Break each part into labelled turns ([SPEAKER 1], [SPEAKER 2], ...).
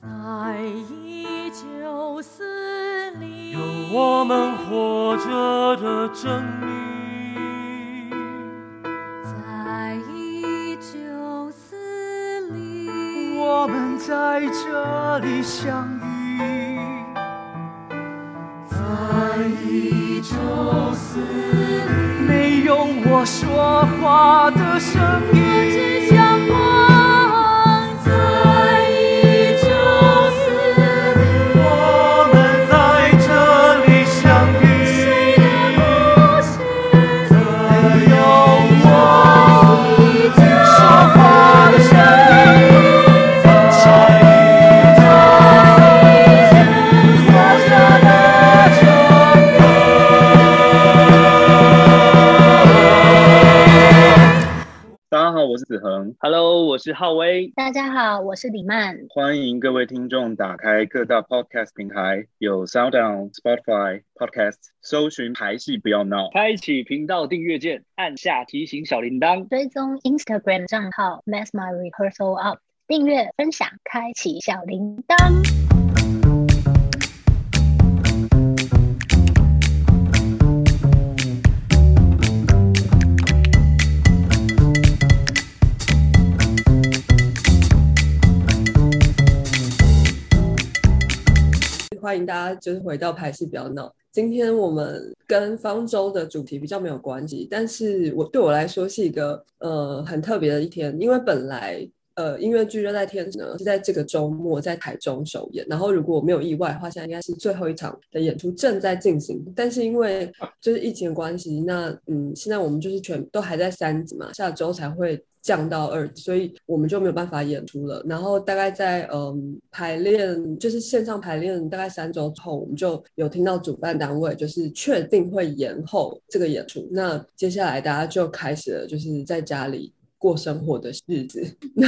[SPEAKER 1] 在一九四零，
[SPEAKER 2] 有我们活着的证明，
[SPEAKER 1] 在一九四零，
[SPEAKER 2] 我们在这里相遇，
[SPEAKER 1] 在一九四零，
[SPEAKER 2] 没有我说话的声
[SPEAKER 1] 我
[SPEAKER 2] 音。
[SPEAKER 1] 只想梦在一九四零，
[SPEAKER 2] 我们在这里相
[SPEAKER 1] 谁
[SPEAKER 2] 遇，
[SPEAKER 1] 的故事？
[SPEAKER 2] 没有我
[SPEAKER 1] 一九
[SPEAKER 2] 说话的声音，在一个活着的城。
[SPEAKER 3] 大家好，我是子恒，Hello，我是浩威，
[SPEAKER 4] 大家好，我是李曼。
[SPEAKER 3] 欢迎各位听众打开各大 Podcast 平台，有 Sound On、Spotify、Podcast，搜寻排戏不要闹。
[SPEAKER 5] 开启频道订阅键，按下提醒小铃铛。
[SPEAKER 4] 追踪 Instagram 账号 Mesma Rehearsal Up，订阅、分享、开启小铃铛。
[SPEAKER 6] 欢迎大家就是回到排戏不要闹。今天我们跟方舟的主题比较没有关系，但是我对我来说是一个呃很特别的一天，因为本来呃音乐剧《热带天使》呢是在这个周末在台中首演，然后如果我没有意外的话，现在应该是最后一场的演出正在进行，但是因为就是疫情的关系，那嗯现在我们就是全都还在三级嘛，下周才会降到二级，所以我们就没有办法演出了。然后大概在嗯排练，就是线上排练大概三周之后，我们就有听到主办单位就是确定会延后这个演出。那接下来大家就开始了，就是在家里。过生活的日子，那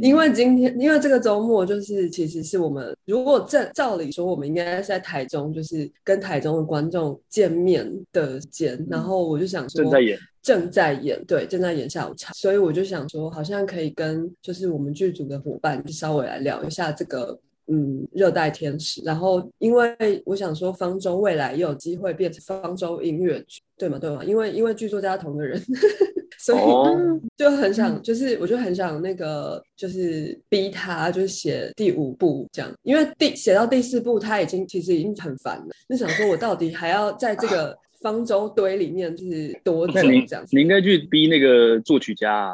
[SPEAKER 6] 因为今天，因为这个周末就是，其实是我们如果正照理说，我们应该是在台中，就是跟台中的观众见面的时间。然后我就想
[SPEAKER 5] 嗯
[SPEAKER 6] 说，
[SPEAKER 5] 正在演，
[SPEAKER 6] 正在演，对，正在演下午茶，所以我就想说，好像可以跟就是我们剧组的伙伴就稍微来聊一下这个。嗯，热带天使。然后，因为我想说，方舟未来也有机会变成方舟音乐剧，对吗？对吗？因为因为剧作家同一个人， 所以
[SPEAKER 5] 哦
[SPEAKER 6] 就很想，就是我就很想那个，就是逼他，就是写第五部这样，因为第写到第四部，他已经其实已经很烦了，就想说我到底还要在这个方舟堆里面就是多久
[SPEAKER 5] 那你
[SPEAKER 6] 这样子
[SPEAKER 5] 你。应该去逼那个作曲家啊。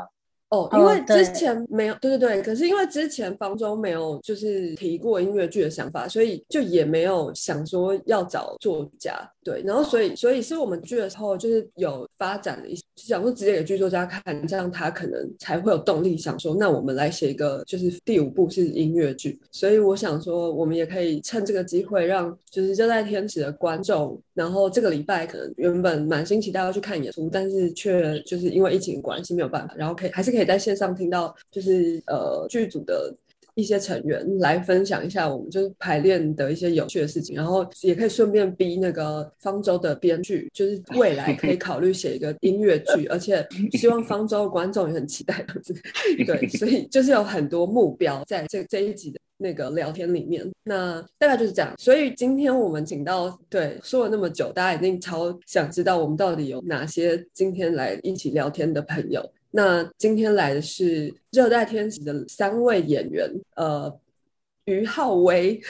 [SPEAKER 6] 哦，
[SPEAKER 4] 哦
[SPEAKER 6] 因为
[SPEAKER 4] 对
[SPEAKER 6] 之前没有，对对对，可是因为之前方舟没有就是提过音乐剧的想法，所以就也没有想说要找作家，对，然后所以所以是我们剧的时候就是有发展了一些，就想说直接给剧作家看，这样他可能才会有动力想说，那我们来写一个就是第五部是音乐剧，所以我想说我们也可以趁这个机会让就是热带天使的观众，然后这个礼拜可能原本满心期待要去看演出，但是却就是因为疫情关系没有办法，然后可以还是可以在线上听到，就是呃剧组的一些成员来分享一下我们就是排练的一些有趣的事情，然后也可以顺便逼那个方舟的编剧，就是未来可以考虑写一个音乐剧，而且希望方舟的观众也很期待， 对，所以就是有很多目标在这这一集的。那个聊天里面，那大概就是这样。所以今天我们请到，对，说了那么久，大家一定超想知道我们到底有哪些今天来一起聊天的朋友。那今天来的是《热带天使》的三位演员，呃，于浩威，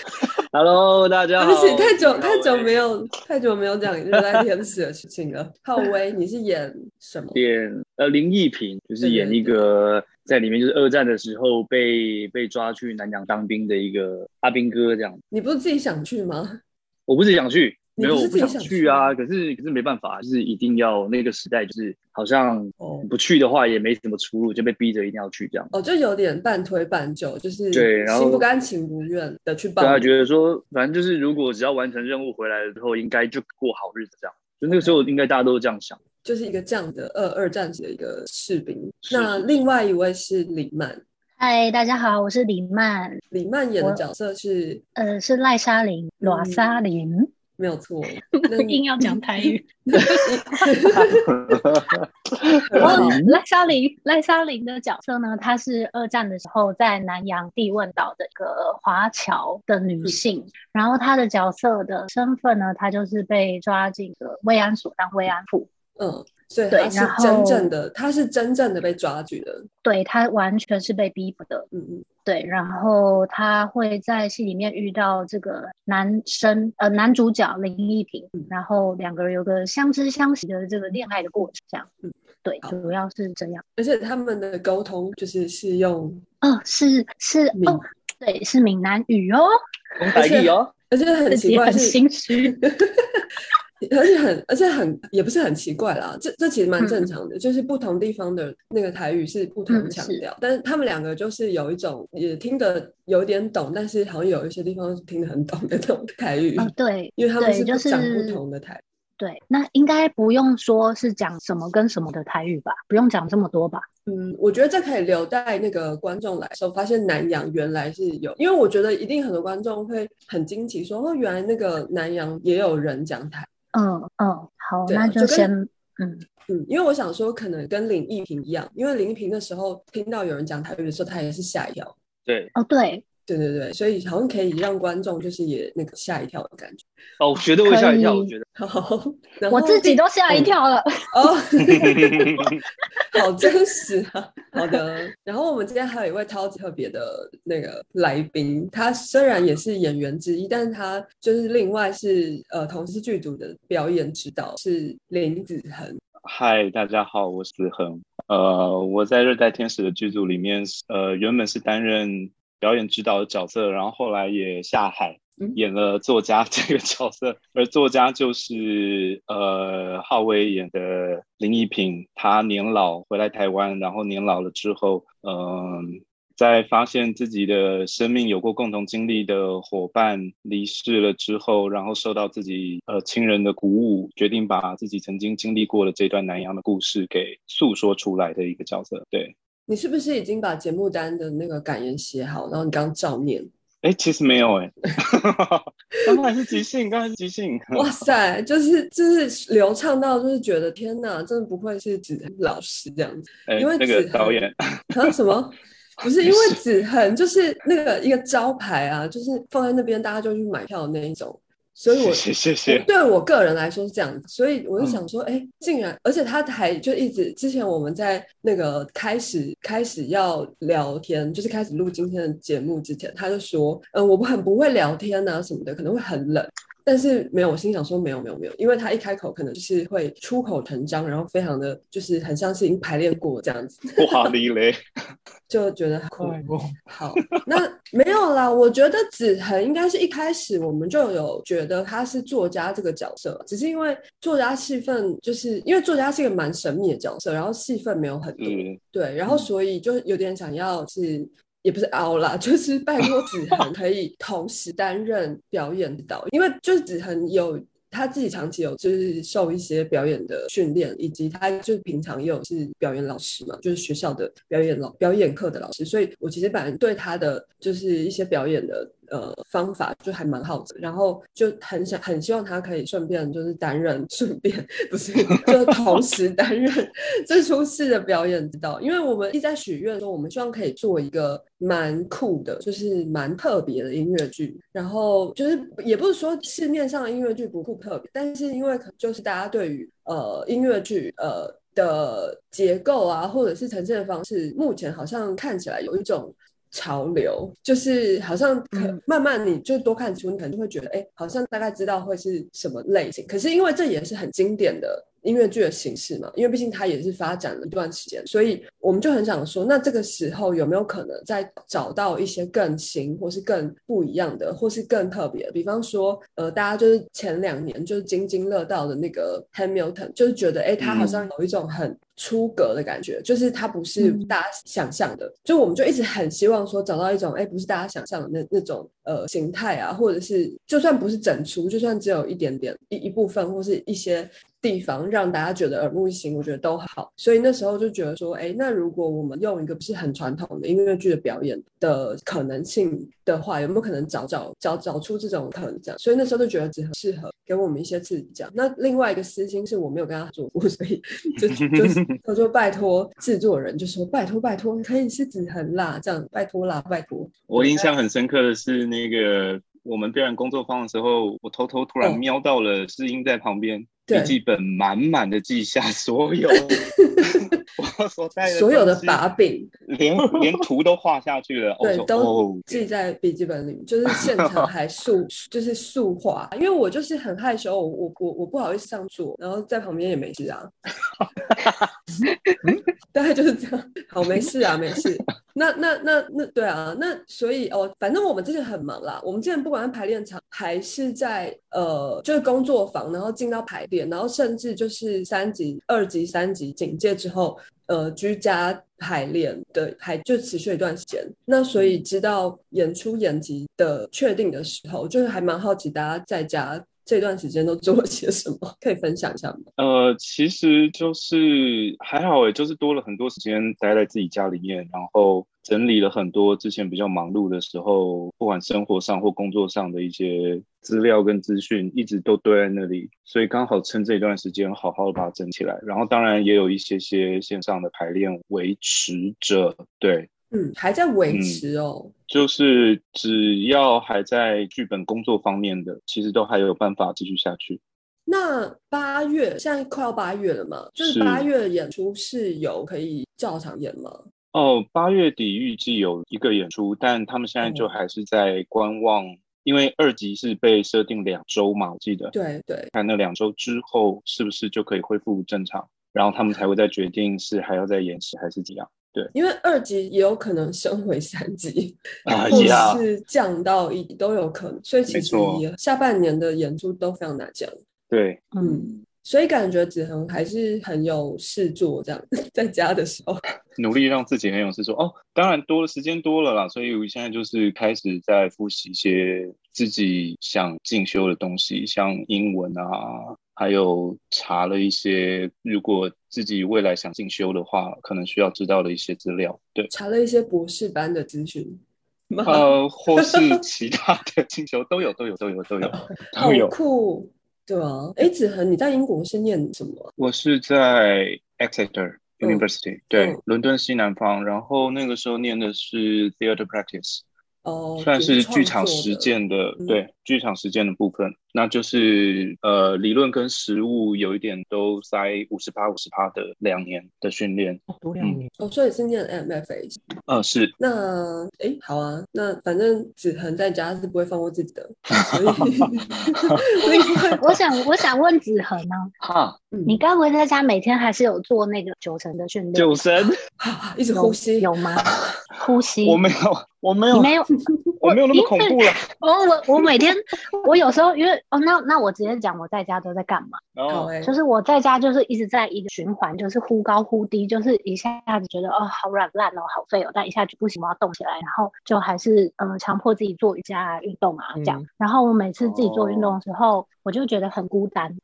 [SPEAKER 5] Hello，大家
[SPEAKER 6] 对
[SPEAKER 5] 好。
[SPEAKER 6] 不起，太久太久没
[SPEAKER 5] 有
[SPEAKER 6] 有太久没有讲《热带天使》的事情了。浩威，你是演什么？
[SPEAKER 5] 演呃林忆萍，就是演一个在里面就是二战的时候被被抓去南洋当兵的一个阿兵哥这样。
[SPEAKER 6] 你不是自己想去吗？
[SPEAKER 5] 我不是想去，
[SPEAKER 6] 你
[SPEAKER 5] 没有
[SPEAKER 6] 不是
[SPEAKER 5] 我
[SPEAKER 6] 自己
[SPEAKER 5] 想
[SPEAKER 6] 想
[SPEAKER 5] 去啊，可是可是没办法，就是一定要那个时代就是好像
[SPEAKER 6] 哦
[SPEAKER 5] 不去的话也没什么出路，就被逼着一定要去这样。
[SPEAKER 6] 哦，就有点半推半就，就是
[SPEAKER 5] 对然后
[SPEAKER 6] 心不甘情不愿的去报
[SPEAKER 5] 对啊，
[SPEAKER 6] 名。
[SPEAKER 5] 觉得说，反正就是如果只要完成任务回来了之后，应该就过好日子这样。就那个时候，应该大家都这样想。
[SPEAKER 6] 就是一个这样的二二战时的一个士兵。
[SPEAKER 5] 是
[SPEAKER 6] 那另外一位是李曼，
[SPEAKER 4] 嗨，大家好，我是李曼，
[SPEAKER 6] 李曼演的
[SPEAKER 4] 我
[SPEAKER 6] 角色是
[SPEAKER 4] 呃，是赖莎琳，
[SPEAKER 6] 嗯
[SPEAKER 4] 罗莎琳，
[SPEAKER 6] 没有错。
[SPEAKER 4] 硬要讲台语。
[SPEAKER 6] 很好
[SPEAKER 4] 赖莎琳，赖莎琳的角色呢，她是二战的时候在南洋地汶岛的一个华侨的女性，然后她的角色的身份呢，她就是被抓进了慰安所当慰安妇，
[SPEAKER 6] 嗯，所以
[SPEAKER 4] 对
[SPEAKER 6] 他是
[SPEAKER 4] 然后
[SPEAKER 6] 真正的，他是真正的被抓去的。
[SPEAKER 4] 对她完全是被逼迫的，
[SPEAKER 6] 嗯嗯，
[SPEAKER 4] 对，然后她会在戏里面遇到这个男生，呃，男主角林一平，然后两个人有个相知相惜的这个恋爱的过程，这样
[SPEAKER 6] 嗯，
[SPEAKER 4] 对，
[SPEAKER 6] 好
[SPEAKER 4] 主要是这样。
[SPEAKER 6] 而且他们的沟通就是是用，
[SPEAKER 4] 哦，是是
[SPEAKER 6] 闽
[SPEAKER 4] 哦，对，是闽南语哦，
[SPEAKER 5] 白地哦，
[SPEAKER 6] 而且 很
[SPEAKER 4] 自
[SPEAKER 6] 奇
[SPEAKER 4] 己
[SPEAKER 6] 怪
[SPEAKER 4] 很
[SPEAKER 6] 是，
[SPEAKER 4] 心虚。
[SPEAKER 6] 而且很，而且很，也不是很奇怪啦，这这其实蛮
[SPEAKER 4] 嗯
[SPEAKER 6] 正常的，就是不同地方的那个台语是不同
[SPEAKER 4] 嗯
[SPEAKER 6] 腔
[SPEAKER 4] 是
[SPEAKER 6] 调，但是他们两个就是有一种也听得有点懂，但是好像有一些地方是听得很懂的那种台语，
[SPEAKER 4] 哦，对
[SPEAKER 6] 因为他们
[SPEAKER 4] 对
[SPEAKER 6] 是
[SPEAKER 4] 就
[SPEAKER 6] 讲不
[SPEAKER 4] 是
[SPEAKER 6] 同的台语。
[SPEAKER 4] 对，那应该不用说是讲什么跟什么的台语吧，不用讲这么多吧？
[SPEAKER 6] 嗯，我觉得这可以留待那个观众来的时候，发现南洋原来是有，因为我觉得一定很多观众会很惊奇说，哦，原来那个南洋也有人讲台，
[SPEAKER 4] 嗯嗯，好，
[SPEAKER 6] 对啊
[SPEAKER 4] 那
[SPEAKER 6] 就
[SPEAKER 4] 就
[SPEAKER 6] 跟
[SPEAKER 4] 先嗯
[SPEAKER 6] 嗯，因为我想说，可能跟林一平一样，因为林一平那时候听到有人讲台语的时候，他也是吓一跳，
[SPEAKER 5] 对
[SPEAKER 4] 哦对，
[SPEAKER 6] 对对对，所以好像可以让观众就是也那个吓一跳的感觉。
[SPEAKER 5] 哦，我绝对会吓一跳，
[SPEAKER 4] 可以
[SPEAKER 5] 我觉得
[SPEAKER 6] 好，然
[SPEAKER 4] 我
[SPEAKER 6] 后
[SPEAKER 4] 自己
[SPEAKER 6] 第
[SPEAKER 4] 都吓一跳 了。
[SPEAKER 6] 哦，好真实啊！好的，然后我们今天还有一位超级特别的那个来宾，他虽然也是演员之一，但是他就是另外是呃同时剧组的表演指导是林子恒。
[SPEAKER 3] 嗨，大家好，我是子恒。呃，我在《热带天使》的剧组里面，呃，原本是担任表演指导的角色，然后后来也下海
[SPEAKER 6] 嗯
[SPEAKER 3] 演了作家这个角色，而作家就是呃浩威演的林一平，他年老回来台湾，然后年老了之后，嗯、在发现自己的生命有过共同经历的伙伴离世了之后，然后受到自己呃亲人的鼓舞，决定把自己曾经经历过的这段南洋的故事给诉说出来的一个角色。对，
[SPEAKER 6] 你是不是已经把节目单的那个感言写好，然后你刚照念？
[SPEAKER 3] 哎，其实没有 哎，刚才是即兴，刚才是即兴。
[SPEAKER 6] 哇塞，就是就是流畅到就是觉得天哪，真的不愧是子恒老师这样子。
[SPEAKER 3] 哎，
[SPEAKER 6] 因为
[SPEAKER 3] 那个
[SPEAKER 6] 子
[SPEAKER 3] 导演，
[SPEAKER 6] 啊什么？不是因为子恒就是那个一个招牌啊，就是放在那边大家就去买票的那一种，所以我
[SPEAKER 3] 谢 谢谢 谢。
[SPEAKER 6] 对我个人来说是这样，所以我就想说，哎、竟然，而且他还就一直之前我们在那个开始开始要聊天，就是开始录今天的节目之前，他就说，嗯、我很不会聊天啊什么的，可能会很冷。但是没有，我心想说没有没有没有，因为他一开口可能就是会出口成章，然后非常的就是很像是已经排练过这样子，
[SPEAKER 3] 哇哩嘞！
[SPEAKER 6] 就觉得很酷。好，那没有啦。我觉得子恒应该是一开始我们就有觉得他是作家这个角色，只是因为作家戏份，就是因为作家是一个蛮神秘的角色，然后戏份没有很多，
[SPEAKER 3] 嗯，
[SPEAKER 6] 对，然后所以就有点想要是。也不是凹啦， 就是拜托子恒可以同时担任表演指导，因为就是子恒有他自己长期有就是受一些表演的训练，以及他就是平常也有是表演老师嘛，就是学校的表演老表演课的老师，所以我其实本来对他的就是一些表演的呃方法就还蛮好奇，然后就很想很希望他可以顺便就是担任顺便不是就同时担任 这出戏的表演指导，因为我们一直在许愿说，我们希望可以做一个蛮酷的，就是蛮特别的音乐剧。然后就是也不是说市面上的音乐剧不酷特别，但是因为可能就是大家对于呃音乐剧呃的结构啊，或者是呈现的方式，目前好像看起来有一种。潮流就是好像可
[SPEAKER 4] 嗯
[SPEAKER 6] 慢慢你就多看书，你可能就会觉得，哎、好像大概知道会是什么类型。可是因为这也是很经典的音乐剧的形式嘛，因为毕竟它也是发展了一段时间，所以我们就很想说，那这个时候有没有可能再找到一些更新，或是更不一样的，或是更特别的？比方说，呃，大家就是前两年就是津津乐道的那个 Hamilton，就是觉得，哎、他好像有一种很出格的感觉，就是它不是
[SPEAKER 4] 嗯
[SPEAKER 6] 大家想象的。就我们就一直很希望说找到一种，哎，不是大家想象的那那种呃形态啊，或者是就算不是整出，就算只有一点点一一部分或是一些地方让大家觉得耳目一新，我觉得都好。所以那时候就觉得说，哎，那如果我们用一个不是很传统的音乐剧的表演的可能性的话，有没有可能找找找找出这种可能？这样，所以那时候就觉得只适合给我们一些刺激。这样，那另外一个私心是我没有跟他做过，所以就就是我就拜托制作人，就说拜托拜托，你可以是子恒啦，这样拜托啦，拜托。
[SPEAKER 3] 我印象很深刻的是，那个我们表演工作坊的时候，我偷偷突
[SPEAKER 6] 哦
[SPEAKER 3] 然瞄到了世英在旁边，笔
[SPEAKER 6] 对
[SPEAKER 3] 记本满满的记 下所有我所带的
[SPEAKER 6] 所有的
[SPEAKER 3] 东西
[SPEAKER 6] 把柄
[SPEAKER 3] 连 连图都画下去了。
[SPEAKER 6] 对
[SPEAKER 3] 我说
[SPEAKER 6] 都
[SPEAKER 3] 哦
[SPEAKER 6] 记在笔记本里，就是现场还速 就是速画，因为我就是很害羞，我我我我不好意思上桌，然后在旁边也没事啊，嗯大概就是这样。好，没事啊，没事。那那那那对啊，那所以哦，反正我们之前很忙啦。我们之前不管在排练场，还是在呃，就是工作坊，然后进到排练，然后甚至就是三级、二级、三级警戒之后，呃，居家排练的还就持续一段时间。那所
[SPEAKER 3] 嗯
[SPEAKER 6] 以直到演出延期的确定的时候，就是还蛮好奇大家在家这段时间都做了些什么，可以分享一下吗？
[SPEAKER 3] 呃，其实就是还好诶，就是多了很多时间待在自己家里面，然后整理了很多之前比较忙碌的时候，不管生活上或工作上的一些资料跟资讯，一直都堆在那里，所以刚好趁这一段时间好好的把它整起来。然后当然也有一些些线上的排练维持着，对，
[SPEAKER 6] 嗯，还在维持哦。
[SPEAKER 3] 就是只要还在剧本工作方面的，其实都还有办法继续下去。
[SPEAKER 6] 那八月现在快要八月了嘛，就是
[SPEAKER 3] 是
[SPEAKER 6] 八月演出是有可以照常演吗？
[SPEAKER 3] 哦，八月底预计有一个演出，但他们现在就
[SPEAKER 6] 哦
[SPEAKER 3] 还是在观望，因为二级是被设定两周嘛，我记得，
[SPEAKER 6] 对对，
[SPEAKER 3] 看那两周之后是不是就可以恢复正常，然后他们才会再决定是还要再延期还是怎样。
[SPEAKER 6] 因为二级也有可能升回三 级，
[SPEAKER 3] 啊
[SPEAKER 6] 或
[SPEAKER 3] 呀，
[SPEAKER 6] 哦是降到一都有可能，所以其
[SPEAKER 3] 没
[SPEAKER 6] 实
[SPEAKER 3] 错
[SPEAKER 6] 也下半年的演出都非常难讲。
[SPEAKER 3] 对，
[SPEAKER 6] 嗯，所以感觉子恒还是很有事做，这样 在家的时候。，
[SPEAKER 3] 努力让自己很有事做。哦，当然多了时间多了啦，所以我现在就是开始在复习一些自己想进修的东西，像英文啊，还有查了一些如果自己未来想进修的话，可能需要知道的一些资料。对
[SPEAKER 6] 查了一些博士班的资讯，
[SPEAKER 3] 呃，或是其他的进修都有，都有，都有，都有，
[SPEAKER 6] 好
[SPEAKER 3] 都有。
[SPEAKER 6] 酷，对啊。哎，子恒，你在英国是念什么啊？
[SPEAKER 3] 我是在 Exeter
[SPEAKER 6] 嗯
[SPEAKER 3] University，、对
[SPEAKER 6] 嗯，
[SPEAKER 3] 伦敦西南方，然后那个时候念的是 Theater Practice。
[SPEAKER 6] 哦，
[SPEAKER 3] 算
[SPEAKER 6] 也是
[SPEAKER 3] 是
[SPEAKER 6] 创
[SPEAKER 3] 剧场
[SPEAKER 6] 作
[SPEAKER 3] 实
[SPEAKER 6] 的
[SPEAKER 3] 践的，
[SPEAKER 6] 嗯
[SPEAKER 3] 对，剧场实践的部分，那就是呃，理论跟实务有一点都塞五十趴五十趴的两年的训练，
[SPEAKER 2] 多两年，
[SPEAKER 6] 哦，所以是念 MFA
[SPEAKER 3] 呃，是
[SPEAKER 6] 那诶，好啊，那反正子恒在家是不会放过自己的，所以 另外
[SPEAKER 4] 我想，我想问子恒啊呢、
[SPEAKER 3] 哈，
[SPEAKER 6] 嗯
[SPEAKER 4] 你该不会在家每天还是有做那个九成的训 练？
[SPEAKER 3] 九神，
[SPEAKER 6] 啊一直
[SPEAKER 4] 有
[SPEAKER 6] 呼吸，
[SPEAKER 4] 有吗？呼吸？
[SPEAKER 3] 我没有，我没
[SPEAKER 4] 你
[SPEAKER 3] 有，
[SPEAKER 4] 没有？
[SPEAKER 3] 我没有那么
[SPEAKER 4] 因
[SPEAKER 3] 恐
[SPEAKER 4] 为
[SPEAKER 3] 怖了。
[SPEAKER 4] 哦，我我每天，我有时候因为哦，那那我直接讲我在家都在干嘛？
[SPEAKER 3] 然
[SPEAKER 6] 好
[SPEAKER 3] 后
[SPEAKER 6] 诶，
[SPEAKER 4] 就是我在家就是一直在一个循环，就是忽高忽低，就是一下子觉得哦好软烂哦好废哦，但一下就不行，我要动起来，然后就还是嗯、呃强迫自己做瑜伽啊、运动啊这
[SPEAKER 6] 嗯
[SPEAKER 4] 样。然后我每次自己做运动的时候，我就觉得很孤单，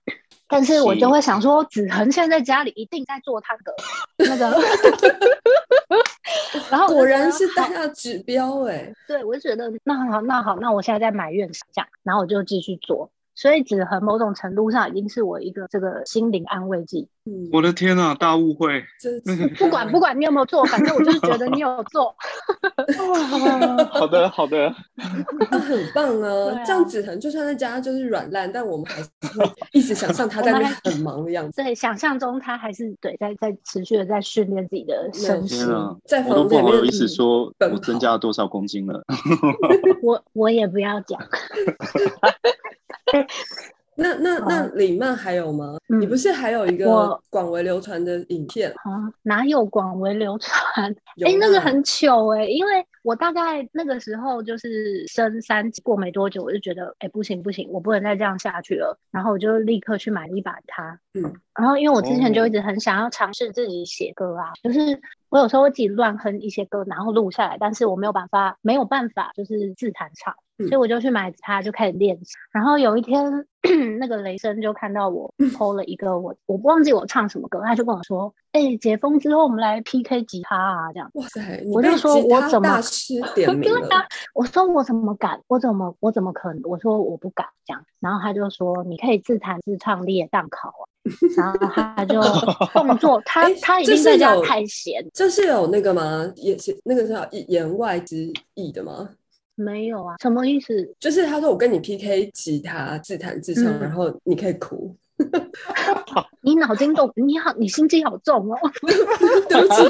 [SPEAKER 4] 但是我就会想说，子恒现在在家里一定在做他的那 个。然后我就
[SPEAKER 6] 果
[SPEAKER 4] 觉
[SPEAKER 6] 然
[SPEAKER 4] 得
[SPEAKER 6] 是
[SPEAKER 4] 好
[SPEAKER 6] 大家的指标诶，
[SPEAKER 4] 对，我就觉得那好，那好，那我现在在埋怨这样，然后我就继续做。所以止痕某种程度上已经是我一个这个心灵安慰剂。
[SPEAKER 6] 嗯，
[SPEAKER 3] 我的天呐，大误会，
[SPEAKER 6] 真
[SPEAKER 3] 嗯
[SPEAKER 6] 是
[SPEAKER 4] 不管不管你有没有做，反正我就是觉得你 有做。
[SPEAKER 6] 啊
[SPEAKER 3] 好的好的，
[SPEAKER 6] 那很棒啊，
[SPEAKER 4] 对啊
[SPEAKER 6] 这样子恒就算在家就是软烂，但我们还是会一直想象他在那边很忙的样子，
[SPEAKER 4] 对，想象中他还是对在在持续的在训练自己的身体。
[SPEAKER 6] 是
[SPEAKER 3] 天呐，
[SPEAKER 6] 在
[SPEAKER 3] 我都不
[SPEAKER 6] 房间里
[SPEAKER 3] 好
[SPEAKER 6] 面
[SPEAKER 3] 意思说
[SPEAKER 6] 奔跑
[SPEAKER 3] 我增加了多少公斤了。
[SPEAKER 4] 我我也不要讲，
[SPEAKER 6] 那那那李曼还有吗？
[SPEAKER 4] 嗯
[SPEAKER 6] 你不是还有一个
[SPEAKER 4] 我
[SPEAKER 6] 广为流传的影片？
[SPEAKER 4] 啊，哪有广为流传？
[SPEAKER 6] 有
[SPEAKER 4] 哎、那个
[SPEAKER 6] 吗
[SPEAKER 4] 很糗哎、因为我大概那个时候就是升三级过没多久，我就觉得哎、诶不行不行，我不能再这样下去了，然后我就立刻去买了一把它，
[SPEAKER 6] 嗯，
[SPEAKER 4] 然后因为我之前就
[SPEAKER 3] 哦
[SPEAKER 4] 一直很想要尝试自己写歌啊，就是我有时候会自己乱哼一些歌，然后录下来，但是我没有办法，没有办法就是自弹唱，
[SPEAKER 6] 嗯
[SPEAKER 4] 所以我就去买吉他就开始练习。然后有一天， 那个雷声就看到我
[SPEAKER 6] 嗯
[SPEAKER 4] PO 了一个我我忘记我唱什么歌，他就跟我说：“哎、解封之后我们来 PK 吉他啊，这样。”
[SPEAKER 6] 哇塞，你
[SPEAKER 4] 我
[SPEAKER 6] 被
[SPEAKER 4] 就说
[SPEAKER 6] 吉
[SPEAKER 4] 我
[SPEAKER 6] 他
[SPEAKER 4] 怎么
[SPEAKER 6] 大师点名
[SPEAKER 4] 对啊
[SPEAKER 6] 了，
[SPEAKER 4] 我说我怎么敢？我怎么我怎么可能？我说我不敢这样。然后他就说你可以自弹自唱列档考啊。然后他 就动作，他
[SPEAKER 6] 哎
[SPEAKER 4] 他已
[SPEAKER 6] 这
[SPEAKER 4] 经在
[SPEAKER 6] 是
[SPEAKER 4] 家
[SPEAKER 6] 有
[SPEAKER 4] 太闲，
[SPEAKER 6] 这是有那个吗？言那个是言外之意的吗？
[SPEAKER 4] 没有啊，什么意思？
[SPEAKER 6] 就是他说我跟你 PK 吉他自弹自唱，
[SPEAKER 4] 嗯
[SPEAKER 6] 然后你可以哭。
[SPEAKER 4] 你脑筋动，你好，你心机好重哦，
[SPEAKER 6] 对不起，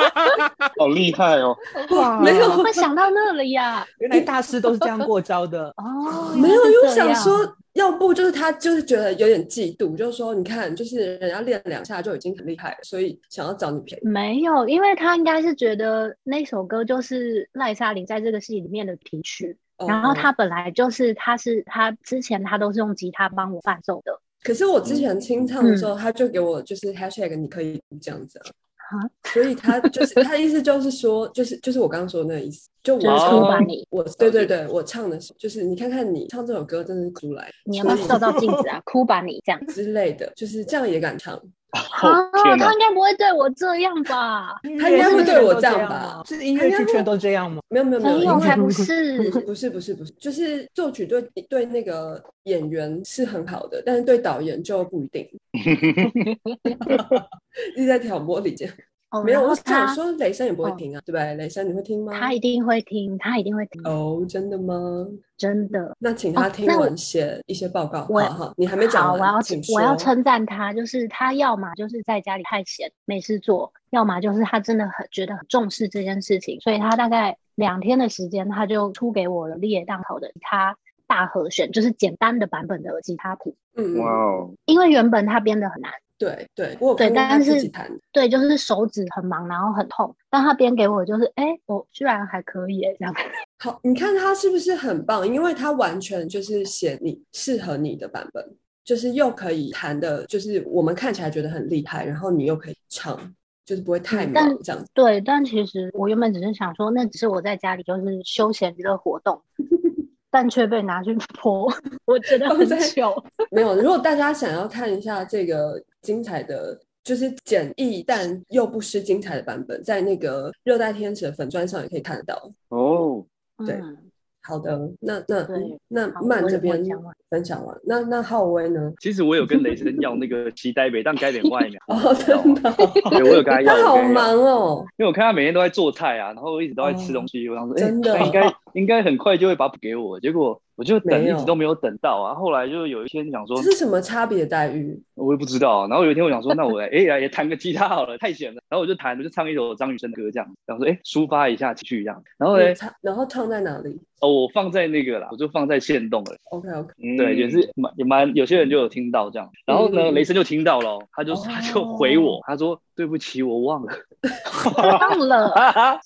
[SPEAKER 3] 好厉害哦！
[SPEAKER 2] 哇
[SPEAKER 6] 没有
[SPEAKER 4] 怎么会想到那里呀、。
[SPEAKER 2] 原来大师都是这样过招的
[SPEAKER 4] 哦，
[SPEAKER 6] 没
[SPEAKER 4] 原
[SPEAKER 6] 有，
[SPEAKER 4] 来是这
[SPEAKER 6] 因为我想
[SPEAKER 4] 样
[SPEAKER 6] 说，要不就是他就是觉得有点嫉妒，就是说你看，就是人家练两下就已经很厉害了，所以想要找你便宜。
[SPEAKER 4] 没有，因为他应该是觉得那首歌就是赖莎琳在这个戏里面的题曲，然后
[SPEAKER 6] 哦
[SPEAKER 4] 他本来就是他是他之前他都是用吉他帮我伴奏的，
[SPEAKER 6] 可是我之
[SPEAKER 4] 嗯
[SPEAKER 6] 前清唱的时候，他就给我就是 hashtag 你可以这样子啊
[SPEAKER 4] 啊，
[SPEAKER 6] 所以他就是他的意思就是说，就是就是我刚刚说的那个意思，就我
[SPEAKER 4] 就是
[SPEAKER 3] 哦
[SPEAKER 4] 出
[SPEAKER 6] 唱
[SPEAKER 4] 把你，
[SPEAKER 6] 我对对对，我唱的时候就是你看看你唱这首歌真的是出来
[SPEAKER 4] 你要不要
[SPEAKER 6] 所以
[SPEAKER 4] 照照镜子啊，哭吧你这样。
[SPEAKER 6] 之类的，就是这样也敢唱，啊
[SPEAKER 3] 哦天
[SPEAKER 4] 他
[SPEAKER 3] 哪
[SPEAKER 4] 应！该不会对我这样吧？
[SPEAKER 6] 他应该会对我这样吧
[SPEAKER 2] 是音乐剧圈都这样吗？
[SPEAKER 6] 没有没有没有，
[SPEAKER 4] 没有，
[SPEAKER 6] 因为
[SPEAKER 4] 才不 是。
[SPEAKER 6] 不是不是不是，就是作曲对对那个演员是很好的，但是对导演就不一定。一直在挑拨离间，
[SPEAKER 4] 哦，
[SPEAKER 6] 没有，
[SPEAKER 4] 然后
[SPEAKER 6] 我想
[SPEAKER 4] 他
[SPEAKER 6] 说雷声也不会
[SPEAKER 4] 哦
[SPEAKER 6] 听啊，对不对？雷声你会听吗？
[SPEAKER 4] 他一定会听，他一定会听，
[SPEAKER 6] 哦，真的吗？
[SPEAKER 4] 真的。
[SPEAKER 6] 那请他
[SPEAKER 4] 哦
[SPEAKER 6] 听
[SPEAKER 4] 那我
[SPEAKER 6] 完写一些报告，
[SPEAKER 4] 我
[SPEAKER 6] 好好，你还没讲
[SPEAKER 4] 好，
[SPEAKER 6] 完，
[SPEAKER 4] 我要
[SPEAKER 6] 请说。
[SPEAKER 4] 我要称赞他，就是他要么就是在家里太闲没事做，要么就是他真的很觉得很重视这件事情，所以他大概两天的时间，他就出给我了列档口的他大和弦，就是简单的版本的吉他谱，
[SPEAKER 6] 嗯，
[SPEAKER 3] 哇
[SPEAKER 6] 嗯，
[SPEAKER 3] 哦，
[SPEAKER 4] 因为原本他编的很难。
[SPEAKER 6] 对对，我有
[SPEAKER 4] 对
[SPEAKER 6] 看过他
[SPEAKER 4] 但是
[SPEAKER 6] 自己弹，
[SPEAKER 4] 对，就是手指很忙，然后很痛，但他编给我就是，哎，我居然还可以耶这样。
[SPEAKER 6] 好，你看他是不是很棒？因为他完全就是写你适合你的版本，就是又可以弹的，就是我们看起来觉得很厉害，然后你又可以唱，就是不会太
[SPEAKER 4] 嗯
[SPEAKER 6] 忙
[SPEAKER 4] 但
[SPEAKER 6] 这样子。
[SPEAKER 4] 对，但其实我原本只是想说，那只是我在家里就是休闲娱乐活 动，但却被拿去泼，我觉得
[SPEAKER 6] 放
[SPEAKER 4] 很
[SPEAKER 6] 在
[SPEAKER 4] 糗。
[SPEAKER 6] 没有，如果大家想要看一下这个精彩的，就是简易但又不失精彩的版本，在那个热带天使的粉砖上也可以看得到。
[SPEAKER 3] 哦，
[SPEAKER 6] 对
[SPEAKER 4] 嗯，
[SPEAKER 6] 好的，那那
[SPEAKER 4] 对
[SPEAKER 6] 那
[SPEAKER 4] 好
[SPEAKER 6] 曼
[SPEAKER 4] 我
[SPEAKER 6] 这
[SPEAKER 4] 我
[SPEAKER 6] 边
[SPEAKER 4] 讲完
[SPEAKER 6] 分享完，那那浩威呢？。
[SPEAKER 5] 其实我有跟雷声要那个期待北，但该点外面
[SPEAKER 6] 哦，真的哦，
[SPEAKER 5] 对，我有跟他要。
[SPEAKER 6] 他
[SPEAKER 5] 我
[SPEAKER 6] 好
[SPEAKER 5] 跟他要
[SPEAKER 6] 忙哦。
[SPEAKER 5] 因为我看他每天都在做菜啊，然后一直都在吃
[SPEAKER 6] 哦
[SPEAKER 5] 东西，我想说，哎、
[SPEAKER 6] 真的哦
[SPEAKER 5] 那应该应该很快就会把补给我，结果我就等
[SPEAKER 6] 没
[SPEAKER 5] 一
[SPEAKER 6] 有
[SPEAKER 5] 直都没有等到啊。后来就有一天想说
[SPEAKER 6] 这，是什么差别待遇？
[SPEAKER 5] 我也不知道，啊然后有一天我想说，那我来，哎、来也弹个吉他好了，太闲了，然后我就弹，我就唱一首张雨生的歌这样，然后说，哎、抒发一下情绪这样。然后呢
[SPEAKER 6] 你，差然后唱在哪里
[SPEAKER 5] 哦，我放在那个啦，我就放在线动了，
[SPEAKER 6] ？OK OK，
[SPEAKER 3] 嗯
[SPEAKER 5] 对，也是蛮也蛮有些人就有听到这样。然后呢，
[SPEAKER 6] 嗯嗯
[SPEAKER 5] 雷声就听到了哦，他就
[SPEAKER 6] 哦
[SPEAKER 5] 他就回我，他说对不起，我忘了。
[SPEAKER 4] 忘了，
[SPEAKER 5] 哈哈，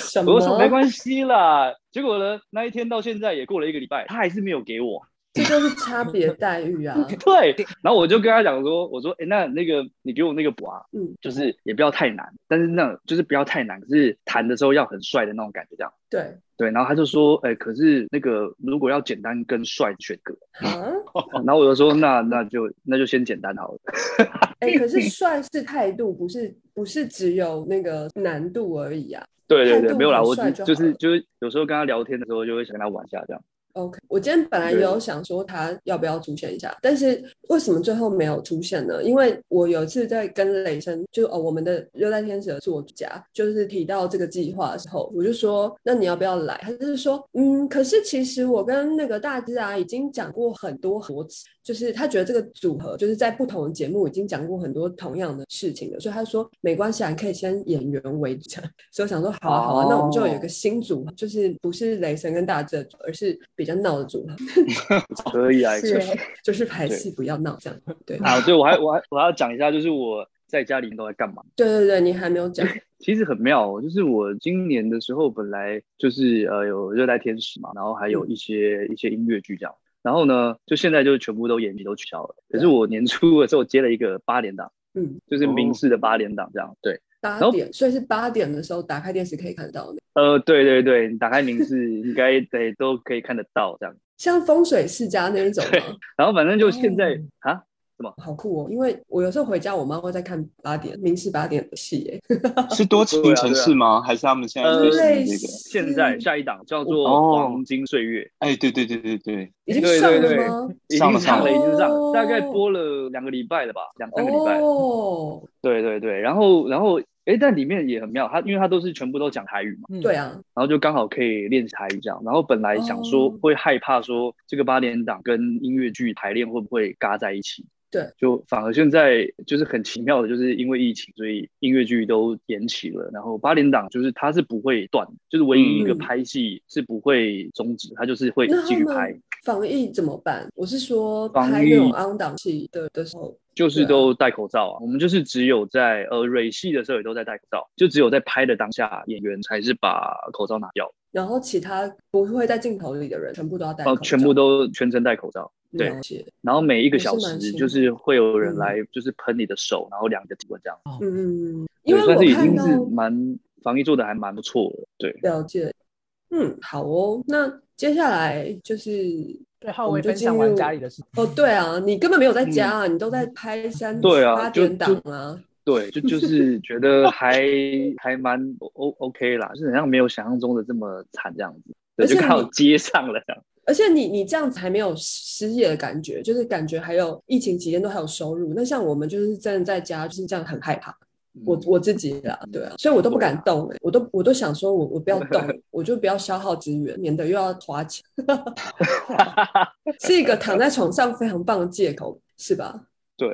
[SPEAKER 6] 什
[SPEAKER 5] 我就说
[SPEAKER 6] 么
[SPEAKER 5] 没关系啦。结果呢，那一天到现在也过了一个礼拜，他还是没有给我。
[SPEAKER 6] 这就是差别待遇啊！
[SPEAKER 5] 对，然后我就跟他讲说，我说，哎、那那个你给我那个补啊，
[SPEAKER 6] 嗯，
[SPEAKER 5] 就是也不要太难，但是那就是不要太难，可是弹的时候要很帅的那种感觉，这样。
[SPEAKER 6] 对
[SPEAKER 5] 对，然后他就说，哎、可是那个如果要简单跟帅选歌，
[SPEAKER 6] 啊，
[SPEAKER 5] 然后我就说，那那就那就先简单好了。
[SPEAKER 6] 哎、可是帅是态度，不是不是只有那个难度而已啊。
[SPEAKER 5] 对对
[SPEAKER 6] 态
[SPEAKER 5] 对，
[SPEAKER 6] 度
[SPEAKER 5] 没有啦，
[SPEAKER 6] 很
[SPEAKER 5] 我
[SPEAKER 6] 帅
[SPEAKER 5] 只
[SPEAKER 6] 就
[SPEAKER 5] 就
[SPEAKER 6] 好
[SPEAKER 5] 是
[SPEAKER 6] 了
[SPEAKER 5] 就是有时候跟他聊天的时候，就会想跟他玩一下这样。
[SPEAKER 6] OK，我今天本来也
[SPEAKER 5] 对
[SPEAKER 6] 有想说他要不要出现一下，但是为什么最后没有出现呢？因为我有一次在跟雷声，就哦我们的热带天使的作家，就是提到这个计划的时候，我就说那你要不要来？他就是说嗯，可是其实我跟那个大志啊已经讲过很多很多次，就是他觉得这个组合就是在不同的节目已经讲过很多同样的事情了，所以他说没关系啊，你可以先演员为主。所以我想说好啊好啊，那我们就有一
[SPEAKER 5] 哦
[SPEAKER 6] 个新组合，就是不是雷神跟大志的组合，而是比较闹的组合。
[SPEAKER 5] 可以啊，
[SPEAKER 4] 是
[SPEAKER 5] 可以
[SPEAKER 4] 哎
[SPEAKER 6] 哦就是排戏不要闹这样。 对
[SPEAKER 5] 啊，对我还我还我还要讲一下，就是我在家里面都在干嘛。
[SPEAKER 6] 对对对，你还没有讲，
[SPEAKER 5] 其实很妙哦，就是我今年的时候本来就是呃有热带天使嘛，然后还有一些一些音乐剧这样。然后呢，就现在就全部都延期都取消了。可是我年初的时候接了一个八连档，
[SPEAKER 6] 嗯，
[SPEAKER 5] 就是民视的八连档这样。对，
[SPEAKER 6] 八
[SPEAKER 5] 后
[SPEAKER 6] 点，所以是八点的时候打开电视可以看到的。
[SPEAKER 5] 呃，对对对，你打开民视应该得都可以看得到这样。
[SPEAKER 6] 像风水世家那一种
[SPEAKER 5] 对
[SPEAKER 6] 吗？
[SPEAKER 5] 然后反正就现在、啊，
[SPEAKER 6] 好酷哦！因为我有时候回家，我妈会在看八点，明视八点的戏耶。
[SPEAKER 3] 是 多情城市吗？还是他们现在
[SPEAKER 5] 啊
[SPEAKER 3] 最
[SPEAKER 5] 呃
[SPEAKER 3] 新的
[SPEAKER 6] 类
[SPEAKER 3] 那个？
[SPEAKER 6] 似
[SPEAKER 5] 现在下一档叫做
[SPEAKER 3] 哦
[SPEAKER 5] 《黄金岁月》。
[SPEAKER 3] 哎，对对对对对，
[SPEAKER 6] 已经
[SPEAKER 5] 对对
[SPEAKER 6] 上了吗？
[SPEAKER 5] 对已
[SPEAKER 3] 上了
[SPEAKER 5] 经上
[SPEAKER 3] 上
[SPEAKER 5] 了，
[SPEAKER 3] 了
[SPEAKER 5] 已经上
[SPEAKER 6] 哦
[SPEAKER 5] 了，大概播了两个礼拜了吧，两三个礼拜。
[SPEAKER 6] 哦，
[SPEAKER 5] 对对对，然后然后诶，但里面也很妙，它因为它都是全部都讲台语嘛，
[SPEAKER 6] 对啊，
[SPEAKER 5] 然后就刚好可以练台语这样。然后本来想说
[SPEAKER 6] 哦
[SPEAKER 5] 会害怕说这个八点档跟音乐剧排练会不会嘎在一起，
[SPEAKER 6] 对，
[SPEAKER 5] 就反而现在就是很奇妙的，就是因为疫情，所以音乐剧都延期了。然后八点档就是它是不会断，就是唯一一个
[SPEAKER 6] 嗯
[SPEAKER 5] 拍戏是不会终止，它就是会
[SPEAKER 6] 那
[SPEAKER 5] 继
[SPEAKER 6] 他
[SPEAKER 5] 续拍
[SPEAKER 6] 们。防疫怎么办？我是说
[SPEAKER 5] 防
[SPEAKER 6] 拍那种
[SPEAKER 5] 疫
[SPEAKER 6] on 档戏的的时候，
[SPEAKER 5] 就是
[SPEAKER 6] 对啊
[SPEAKER 5] 都戴口罩啊。我们就是只有在呃蕊戏的时候也都在戴口罩，就只有在拍的当下，演员才是把口罩拿掉，
[SPEAKER 6] 然后其他不会在镜头里的人全部都要戴口
[SPEAKER 5] 呃，
[SPEAKER 6] 罩，
[SPEAKER 5] 全部都全程戴口罩。对
[SPEAKER 6] 了解。
[SPEAKER 5] 然后每一个
[SPEAKER 6] 也是
[SPEAKER 5] 小
[SPEAKER 6] 蛮
[SPEAKER 5] 时
[SPEAKER 6] 辛苦
[SPEAKER 5] 就是会有人来，就是喷你的手，然后量你的体温这样。
[SPEAKER 6] 嗯，嗯嗯因
[SPEAKER 5] 对，
[SPEAKER 6] 为
[SPEAKER 5] 算是已
[SPEAKER 6] 我看
[SPEAKER 5] 经
[SPEAKER 6] 到
[SPEAKER 5] 是蛮防疫做的还蛮不错的。对，
[SPEAKER 6] 了解，嗯，好哦。那接下来就是
[SPEAKER 2] 对，浩
[SPEAKER 6] 我
[SPEAKER 2] 威
[SPEAKER 6] 们就
[SPEAKER 2] 分享
[SPEAKER 6] 进
[SPEAKER 2] 完
[SPEAKER 6] 入
[SPEAKER 2] 家里的事，
[SPEAKER 6] 哦，对啊，你根本没有在家啊，你都在拍三
[SPEAKER 5] 嗯对啊
[SPEAKER 6] 八
[SPEAKER 5] 就
[SPEAKER 6] 点档啊，
[SPEAKER 5] 对，就就是觉得还还蛮 O OK 啦，就是好像没有想象中的这么惨这样子。对，
[SPEAKER 6] 而且
[SPEAKER 5] 就刚好
[SPEAKER 6] 你
[SPEAKER 5] 接上了这样。
[SPEAKER 6] 而且你你这样子还没有失业的感觉，就是感觉还有疫情期间都还有收入。那像我们就是真的在家，就是这样很害怕。我我自己啦，对啊，所以我都不敢动、欸，我都我都想说我我 不要动，我就不要消耗资源，免得又要花钱，是一个躺在床上非常棒的借口，是吧？
[SPEAKER 5] 对，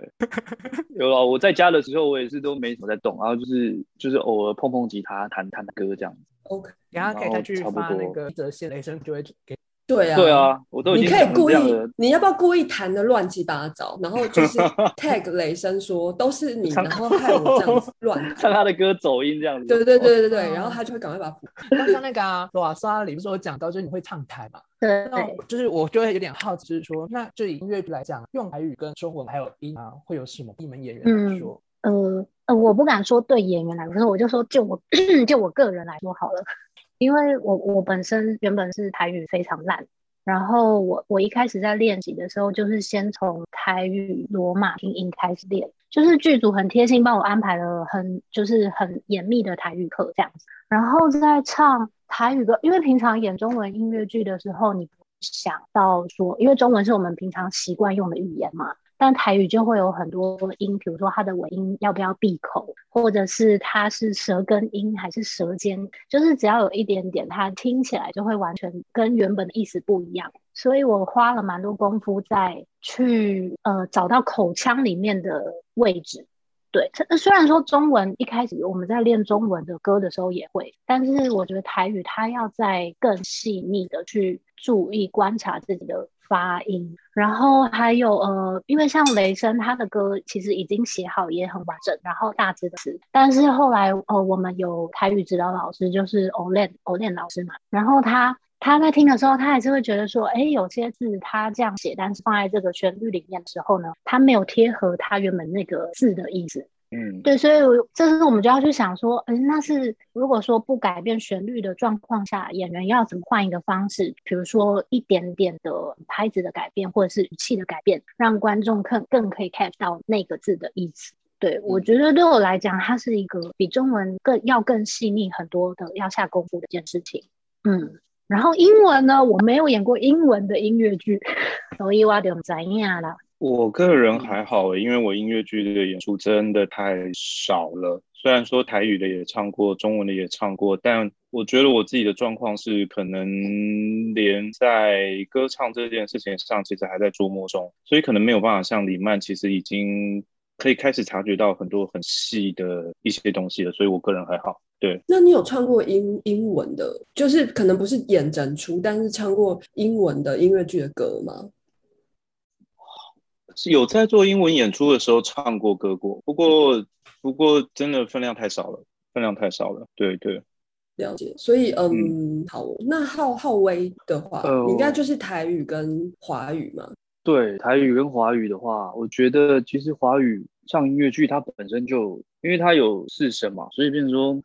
[SPEAKER 5] 有啊，我在家的时候，我也是都没怎么在动，然后就是就是偶尔碰碰吉他、弹弹弹歌这样子。
[SPEAKER 6] OK，
[SPEAKER 2] 然后可以再去
[SPEAKER 5] 差不
[SPEAKER 2] 发那
[SPEAKER 5] 多
[SPEAKER 2] 个
[SPEAKER 6] 哦
[SPEAKER 2] 一则线，雷声就会给
[SPEAKER 6] 对啊，
[SPEAKER 5] 对，啊，我都已
[SPEAKER 6] 你
[SPEAKER 5] 经
[SPEAKER 6] 可以
[SPEAKER 5] 讲成
[SPEAKER 6] 故
[SPEAKER 5] 这
[SPEAKER 6] 意
[SPEAKER 5] 样了，，
[SPEAKER 6] 你要不要故意弹的乱七八糟，然后就是 tag 雷声说都 是你，然后害我这样子乱弹，
[SPEAKER 5] 唱他的歌走音这样子。
[SPEAKER 6] 对对对对对，然后他就会赶快把它补
[SPEAKER 2] 刚刚那个啊，罗瓦莎里不是有讲到，就是你会唱台嘛？
[SPEAKER 4] 对
[SPEAKER 2] 那我就是我就会有点好奇，就是说，那就以音乐剧来讲，用台语跟中文还有英啊，会有什么？你们演员来说，
[SPEAKER 4] 呃呃，我不敢说对演员来说，可是我就说就我 就我个人来说好了，因为我我本身原本是台语非常烂，然后我我一开始在练习的时候，就是先从台语罗马拼音开始练，就是剧组很贴心帮我安排了很就是很严密的台语课这样子，然后再唱台语歌，因为平常演中文音乐剧的时候，你不想到说，因为中文是我们平常习惯用的语言嘛。但台语就会有很多音，比如说它的尾音要不要闭口，或者是它是舌根音还是舌尖，就是只要有一点点，它听起来就会完全跟原本的意思不一样。所以我花了蛮多功夫在去呃找到口腔里面的位置。对，这虽然说中文一开始我们在练中文的歌的时候也会，但是我觉得台语它要再更细腻的去注意观察自己的发音，然后还有呃，因为像雷声他的歌其实已经写好也很完整，然后大致的词，但是后来呃我们有台语指导老师就是 Olen Olen 老师嘛，然后他他在听的时候，他还是会觉得说，哎，有些字他这样写，但是放在这个旋律里面的时候呢，他没有贴合他原本那个字的意思。
[SPEAKER 5] 嗯，
[SPEAKER 4] 对，所以我这是我们就要去想说，嗯，那是如果说不改变旋律的状况下，演员要怎么换一个方式，比如说一点点的拍子的改变，或者是语气的改变，让观众更更可以 catch 到那个字的意思。对，我觉得对我来讲，它是一个比中文更要更细腻很多的，要下功夫的一件事情。嗯，然后英文呢，我没有演过英文的音乐剧，所以我就不知影啦。
[SPEAKER 3] 我个人还好欸，因为我音乐剧的演出真的太少了。虽然说台语的也唱过，中文的也唱过，但我觉得我自己的状况是，可能连在歌唱这件事情上，其实还在琢磨中，所以可能没有办法像李曼，其实已经可以开始察觉到很多很细的一些东西了。所以我个人还好，对，
[SPEAKER 6] 那你有唱过英英文的，就是可能不是演整出，但是唱过英文的音乐剧的歌吗？
[SPEAKER 3] 是有在做英文演出的时候唱过歌过，不过不过真的分量太少了，分量太少了，对对。
[SPEAKER 6] 了解，所以嗯，好，那浩浩威的话，
[SPEAKER 5] 呃
[SPEAKER 6] 你应该就是台语跟华语嘛。
[SPEAKER 5] 对台语跟华语的话，我觉得其实华语像音乐剧，它本身就因为它有四声嘛，所以变成说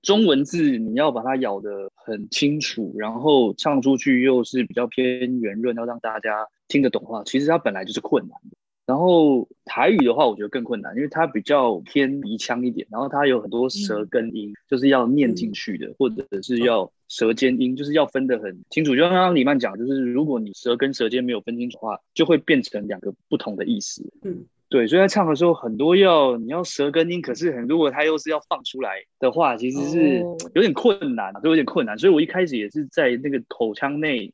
[SPEAKER 5] 中文字你要把它咬得很清楚，然后唱出去又是比较偏圆润，要让大家听得懂的话，其实它本来就是困难的。然后台语的话，我觉得更困难，因为它比较偏鼻腔一点，然后它有很多舌根音，就是要念进去的，或者是要舌尖音，就是要分得很清楚。就像刚刚李曼讲，就是如果你舌跟舌尖没有分清楚的话，就会变成两个不同的意思。
[SPEAKER 6] 嗯，
[SPEAKER 5] 对，所以在唱的时候，很多要你要舌根音，可是很如果它又是要放出来的话，其实是
[SPEAKER 6] 哦
[SPEAKER 5] 有点困难，啊就有点困难。所以我一开始也是在那个口腔内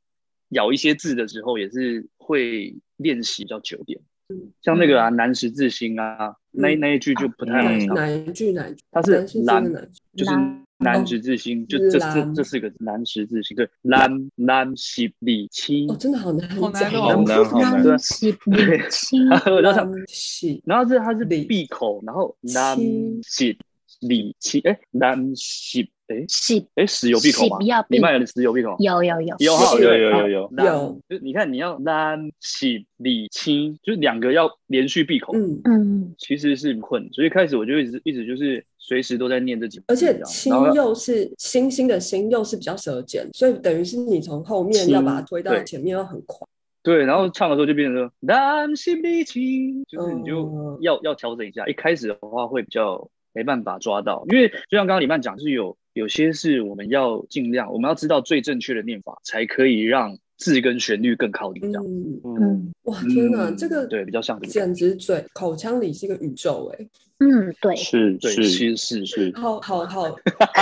[SPEAKER 5] 咬一些字的时候，也是会练习比较久一点
[SPEAKER 6] 嗯。
[SPEAKER 5] 像那个啊，南十字星啊，那
[SPEAKER 6] 嗯
[SPEAKER 5] 那一句就不太好
[SPEAKER 6] 哪
[SPEAKER 3] 嗯
[SPEAKER 5] 唱，
[SPEAKER 6] 哪一句哪一句？
[SPEAKER 5] 它是
[SPEAKER 6] 但是这
[SPEAKER 5] 蓝
[SPEAKER 6] 个哪一句？
[SPEAKER 5] 就是
[SPEAKER 4] 蓝
[SPEAKER 5] 南十字星，就这这这四个字南十字星，对，蓝蓝西里七
[SPEAKER 6] 哦，，真的好难
[SPEAKER 2] 好难
[SPEAKER 6] 讲
[SPEAKER 2] 哦
[SPEAKER 3] 好难好 难
[SPEAKER 5] 对
[SPEAKER 4] 南西北青
[SPEAKER 5] 我在想，
[SPEAKER 6] 蓝喜
[SPEAKER 5] 然后这它是
[SPEAKER 6] 里
[SPEAKER 5] 闭口，然后南
[SPEAKER 6] 七
[SPEAKER 5] 西里七，哎，南西，哎
[SPEAKER 4] 西
[SPEAKER 5] 哎，十有闭口吗
[SPEAKER 4] 西要？闭
[SPEAKER 5] 你们有十有闭口？
[SPEAKER 4] 有有有
[SPEAKER 5] 有哈
[SPEAKER 6] 是
[SPEAKER 5] 对
[SPEAKER 3] 有有
[SPEAKER 5] 好
[SPEAKER 3] 有有
[SPEAKER 5] 南
[SPEAKER 6] 有
[SPEAKER 5] 就你看你要南西里七，就是两个要连续闭口，
[SPEAKER 6] 嗯，
[SPEAKER 4] 嗯，
[SPEAKER 5] 其实是很困，所以一开始我就一直一直就是随时都在念这几个字，
[SPEAKER 6] 而且
[SPEAKER 5] 这样
[SPEAKER 6] 青
[SPEAKER 5] 嗯然后
[SPEAKER 6] 又是星星的星，又是比较舌尖，所以等于是你从后面
[SPEAKER 5] 青
[SPEAKER 6] 要把它推到
[SPEAKER 5] 对
[SPEAKER 6] 前面，要很快。
[SPEAKER 5] 对，然后唱的时候就变成说南西比起，就是你就
[SPEAKER 6] 嗯
[SPEAKER 5] 要、要调整一下。一开始的话会比较没办法抓到，因为就像刚刚李曼讲，是有有些是我们要尽量，我们要知道最正确的念法，才可以让字跟旋律更靠近这样。
[SPEAKER 6] 嗯，
[SPEAKER 4] 嗯
[SPEAKER 6] 哇，天哪，
[SPEAKER 5] 嗯
[SPEAKER 6] 这个
[SPEAKER 5] 对比较像这个
[SPEAKER 6] 简直嘴口腔里是一个宇宙哎，
[SPEAKER 4] 嗯，对，
[SPEAKER 3] 是
[SPEAKER 5] 对，
[SPEAKER 3] 是
[SPEAKER 5] 其实是
[SPEAKER 3] 是，
[SPEAKER 6] 好好好，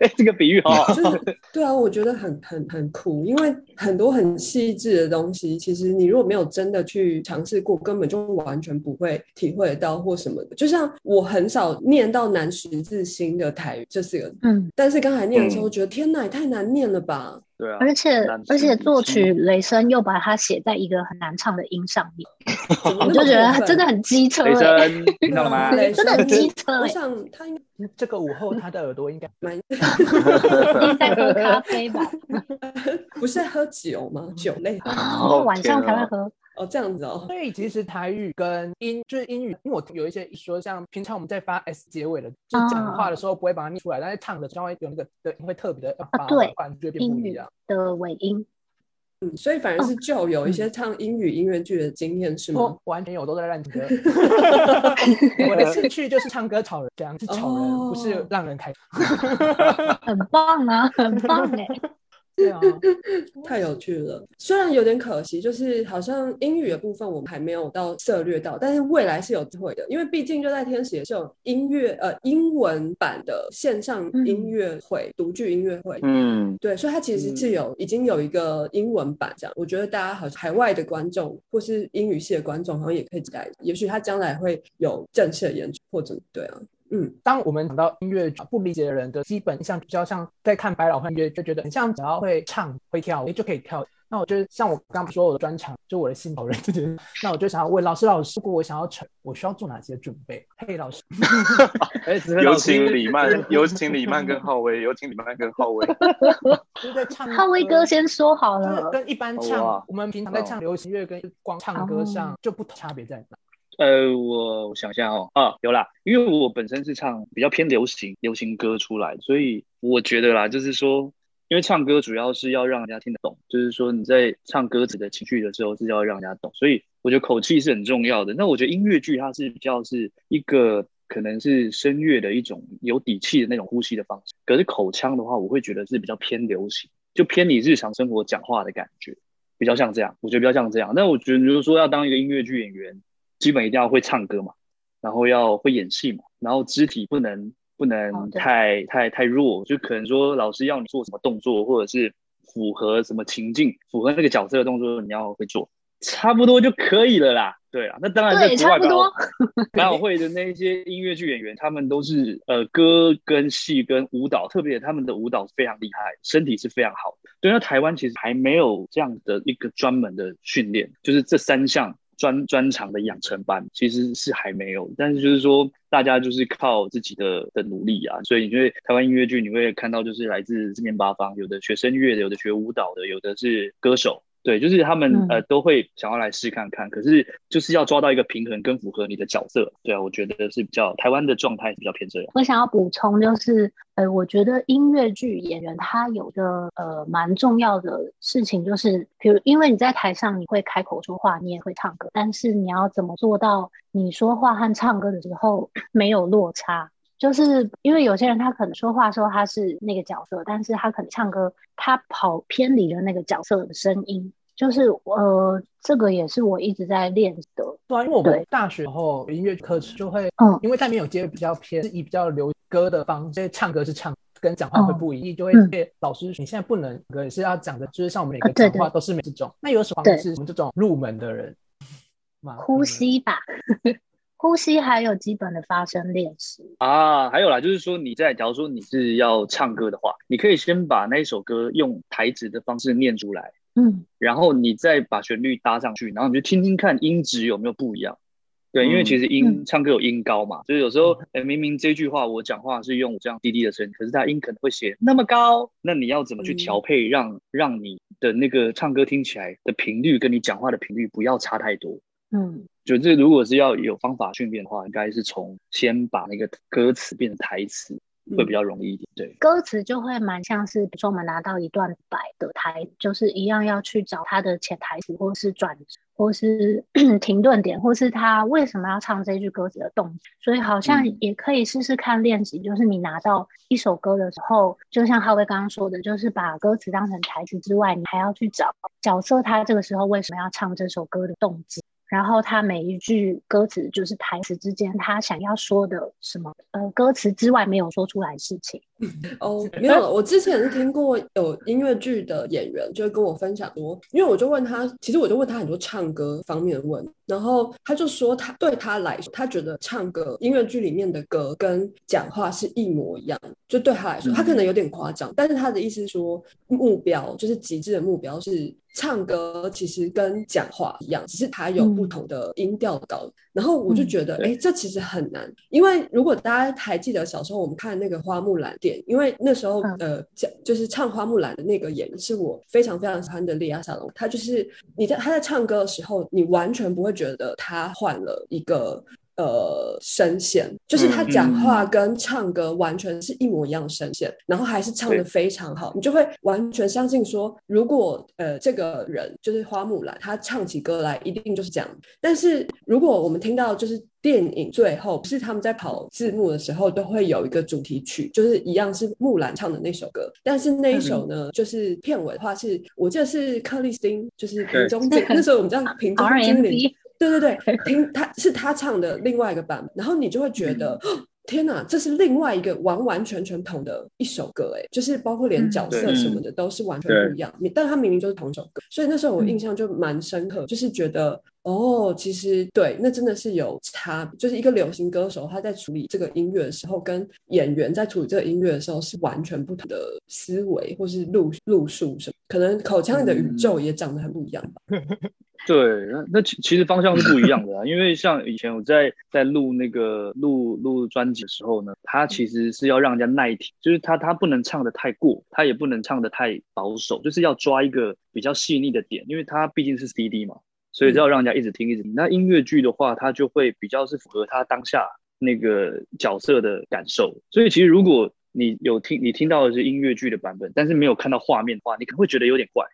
[SPEAKER 5] 哎，这个比喻好好，
[SPEAKER 6] 就是对啊，我觉得很很很酷，因为很多很细致的东西，其实你如果没有真的去尝试过，根本就完全不会体会得到或什么的。就像我很少念到南十字星的台语这四个字，
[SPEAKER 4] 嗯，
[SPEAKER 6] 但是刚才念的时候，
[SPEAKER 3] 嗯
[SPEAKER 6] 觉得天哪，也太难念了吧？
[SPEAKER 5] 对啊，嗯
[SPEAKER 4] 而且
[SPEAKER 5] 南
[SPEAKER 4] 而且
[SPEAKER 5] 西
[SPEAKER 4] 作
[SPEAKER 5] 西
[SPEAKER 4] 曲雷声又把它写在一个很难唱的音上面，
[SPEAKER 6] 怎
[SPEAKER 4] 我
[SPEAKER 6] 么那
[SPEAKER 4] 就
[SPEAKER 6] 么
[SPEAKER 4] 觉得
[SPEAKER 6] 过
[SPEAKER 4] 它
[SPEAKER 6] 分
[SPEAKER 4] 真的很机车
[SPEAKER 5] 雷
[SPEAKER 4] 欸，
[SPEAKER 5] 声听到了吗？
[SPEAKER 6] 对
[SPEAKER 4] 真的很机车
[SPEAKER 6] 我
[SPEAKER 4] 欸，
[SPEAKER 6] 想他应该
[SPEAKER 2] 这个午后他的耳朵应该
[SPEAKER 6] 蛮
[SPEAKER 4] 一定在喝咖 啡吧，
[SPEAKER 6] 不是喝酒吗？酒类
[SPEAKER 4] 啊晚上才会喝，
[SPEAKER 6] 哦，这样子哦，
[SPEAKER 2] 所以其实台语跟英就是英语，因为我有一些说像平常我们在发 s 结尾的，就是
[SPEAKER 4] 啊
[SPEAKER 2] 讲话的时候不会把它念出来，但是唱的时候会有那个的会特别的要发，
[SPEAKER 4] 啊对
[SPEAKER 2] 不然就会变
[SPEAKER 4] 英
[SPEAKER 2] 不一
[SPEAKER 4] 语
[SPEAKER 2] 样。
[SPEAKER 4] 的尾音，
[SPEAKER 6] 嗯，所以反而
[SPEAKER 4] 哦
[SPEAKER 6] 是就有一些唱英语音乐剧的经验是吗
[SPEAKER 2] 我？完全有都在乱 听歌， 我的
[SPEAKER 5] 啊
[SPEAKER 2] 兴趣就是唱歌吵人，这样是吵人，
[SPEAKER 6] 哦
[SPEAKER 2] 不是让人开心。
[SPEAKER 4] 很棒啊，很棒 哎，
[SPEAKER 2] 对啊，
[SPEAKER 6] 太有趣了，虽然有点可惜，就是好像英语的部分我们还没有到涉略到，但是未来是有机会的，因为毕竟就在天使也是有音乐呃英文版的线上音乐会、独剧音乐会，
[SPEAKER 3] 嗯，
[SPEAKER 6] 对，所以它其实是有、已经有一个英文版这样，我觉得大家好像海外的观众或是英语系的观众好像也可以期待，也许他将来会有正式的演出或怎么对啊，嗯，
[SPEAKER 2] 当我们讲到音乐不理解的人的基本印象，比较像在看百老汇音乐，就觉得很像只要会唱会跳，诶就可以跳。那我就像我刚刚说我的专长，就我的新跑人这件事，那我就想要问老师，老师，如果我想要成，我需要做哪些准备？嘿，老师，
[SPEAKER 5] 哎，子恒
[SPEAKER 3] 有
[SPEAKER 5] 老师
[SPEAKER 3] 请 李曼，有请李曼跟浩威，有请李曼跟浩 威。
[SPEAKER 2] 就是在唱
[SPEAKER 4] 浩威哥先说好
[SPEAKER 2] 就是
[SPEAKER 4] 了，
[SPEAKER 2] 跟一般
[SPEAKER 5] 好
[SPEAKER 2] 唱
[SPEAKER 5] 啊
[SPEAKER 2] 我们平常在唱流行乐跟光
[SPEAKER 4] 哦
[SPEAKER 2] 唱歌上就不同差别在哪？
[SPEAKER 5] 呃，我我想一下哦，啊，有啦，因为我本身是唱比较偏流行流行歌出来，所以我觉得啦，就是说，因为唱歌主要是要让人家听得懂，就是说你在唱歌词的情绪的时候是要让人家懂，所以我觉得口气是很重要的。那我觉得音乐剧它是比较是一个可能是声乐的一种有底气的那种呼吸的方式，可是口腔的话，我会觉得是比较偏流行，就偏你日常生活讲话的感觉。比较像这样，我觉得比较像这样。但我觉得，如果说要当一个音乐剧演员，基本一定要会唱歌嘛，然后要会演戏嘛，然后肢体不能不
[SPEAKER 4] 哦
[SPEAKER 5] 能
[SPEAKER 4] 对
[SPEAKER 5] 太太太弱，就可能说老师要你做什么动作，或者是符合什么情境，符合那个角色的动作，你要会做，差不多就可以了啦。对啦，那当然在国
[SPEAKER 4] 对，差
[SPEAKER 5] 外
[SPEAKER 4] 不
[SPEAKER 5] 百老
[SPEAKER 4] 多，
[SPEAKER 5] 百老汇的那一些音乐剧演员，他们都是呃歌跟戏跟舞蹈，特别他们的舞蹈是非常厉害，身体是非常好的。对，那台湾其实还没有这样的一个专门的训练，就是这三项专专长的养成班，其实是还没有，但是就是说大家就是靠自己的的努力啊，所以因为台湾音乐剧你会看到就是来自四面八方，有的学声乐的，有的学舞蹈的，有的是歌手。对，就是他们、
[SPEAKER 4] 嗯
[SPEAKER 5] 呃都会想要来试看看，可是就是要抓到一个平衡跟符合你的角色。对啊，我觉得是比较台湾的状态是比较偏这样。
[SPEAKER 4] 我想要补充就是，呃，我觉得音乐剧演员他有个呃蛮重要的事情，就是比如因为你在台上你会开口说话，你也会唱歌，但是你要怎么做到你说话和唱歌的时候没有落差？就是因为有些人他可能说话的时候他是那个角色，但是他可能唱歌他跑偏离了那个角色的声音，就是呃这个也是我一直在练习的，
[SPEAKER 2] 对啊，因为我们
[SPEAKER 4] 对
[SPEAKER 2] 大学后音乐课就会，
[SPEAKER 4] 嗯
[SPEAKER 2] 因为在没有接比较偏，是以比较流歌的方式，所以唱歌是唱，跟讲话会不一样，就会
[SPEAKER 4] 嗯
[SPEAKER 2] 被老师你现在不能歌，你是要讲的，就是像我们每
[SPEAKER 4] 啊
[SPEAKER 2] 个
[SPEAKER 4] 对
[SPEAKER 2] 讲话都是每这种，那有什么
[SPEAKER 4] 对
[SPEAKER 2] 是我们这种入门的人吗？
[SPEAKER 4] 呼吸吧， 呼吸还有基本的发声练习。
[SPEAKER 5] 啊，还有啦，就是说你在假如说你是要唱歌的话，你可以先把那一首歌用台词的方式念出来，
[SPEAKER 4] 嗯，
[SPEAKER 5] 然后你再把旋律搭上去，然后你就听听看音质有没有不一样。对，因为
[SPEAKER 3] 嗯
[SPEAKER 5] 其实音、
[SPEAKER 4] 嗯
[SPEAKER 5] 唱歌有音高嘛，就是有时候、呃明明这句话我讲话是用我这样低低的声音，可是它音可能会写那么高，那你要怎么去
[SPEAKER 6] 嗯
[SPEAKER 5] 调配让，让你的那个唱歌听起来的频率跟你讲话的频率不要差太多？
[SPEAKER 4] 嗯
[SPEAKER 5] 就这如果是要有方法训练的话，应该是从先把那个歌词变成台词
[SPEAKER 6] 嗯
[SPEAKER 5] 会比较容易一点。对，，
[SPEAKER 4] 歌词就会蛮像是，比如说我们拿到一段白的台，就是一样要去找它的潜台词，或是转，或是 停顿点，或是他为什么要唱这句歌词的动机。所以好像
[SPEAKER 5] 嗯
[SPEAKER 4] 也可以试试看练习，就是你拿到一首歌的时候，就像浩威刚刚说的，就是把歌词当成台词之外，你还要去找角色他这个时候为什么要唱这首歌的动机。然后他每一句歌词就是台词之间，他想要说的什么，呃，歌词之外没有说出来的事情。
[SPEAKER 6] 哦，没有，我之前是听过有音乐剧的演员，就是跟我分享说，因为我就问他，其实我就问他很多唱歌方面的问题，然后他就说他对他来说，他觉得唱歌音乐剧里面的歌跟讲话是一模一样，就对他来说，他可能有点夸张，但是他的意思是说目标就是极致的目标是。唱歌其实跟讲话一样，只是它有不
[SPEAKER 4] 嗯
[SPEAKER 6] 同的音调高然后我就
[SPEAKER 4] 嗯
[SPEAKER 6] 觉得，哎、
[SPEAKER 5] 对
[SPEAKER 6] 这其实很难，因为如果大家还记得小时候我们看那个《花木兰》电影，因为那时候、
[SPEAKER 4] 嗯
[SPEAKER 6] 呃，讲就是唱《花木兰》的那个演员是我非常非常喜欢的莉亚莎龙，她就是你在她在唱歌的时候，你完全不会觉得她换了一个。呃，声线就是她
[SPEAKER 5] 嗯
[SPEAKER 6] 讲
[SPEAKER 5] 嗯
[SPEAKER 6] 话跟唱歌完全是一模一样的声线，然后还是唱的
[SPEAKER 5] 对
[SPEAKER 6] 非常好，你就会完全相信说，如果呃这个人就是花木兰，她唱起歌来一定就是这样但是如果我们听到就是电影最后，不是他们在跑字幕的时候都会有一个主题曲，就是一样是木兰唱的那首歌，但是那一首呢，就是片尾的话是我记得是克里斯汀，就是瓶中
[SPEAKER 4] 对
[SPEAKER 6] 精，那时候我们叫瓶中精灵
[SPEAKER 4] RMB，
[SPEAKER 6] 对对对，听他是他唱的另外一个版本，然后你就会觉得。
[SPEAKER 5] 嗯
[SPEAKER 6] 哦天哪，这是另外一个完完全全不同的一首歌，哎，就是包括连
[SPEAKER 4] 嗯
[SPEAKER 6] 角色
[SPEAKER 5] 对嗯
[SPEAKER 6] 什么的都是完全不一样。你，但它明明就是同一首歌，所以那时候我印象就蛮深刻，就是觉得哦，其实对，那真的是有差，就是一个流行歌手他在处理这个音乐的时候，跟演员在处理这个音乐的时候是完全不同的思维或是路路数什么，可能口腔里的
[SPEAKER 5] 嗯
[SPEAKER 6] 宇宙也长得很不一样吧。
[SPEAKER 5] 对，那那其其实方向是不一样的啊，因为像以前我在在录那个录录专辑的时候呢，他其实是要让人家耐听，就是他他不能唱的太过，他也不能唱的太保守，就是要抓一个比较细腻的点，因为他毕竟是 CD 嘛，所以要让人家一直听一直听。那音乐剧的话，它就会比较是符合他当下那个角色的感受，所以其实如果你有听你听到的是音乐剧的版本，但是没有看到画面的话，你可能会觉得有点怪，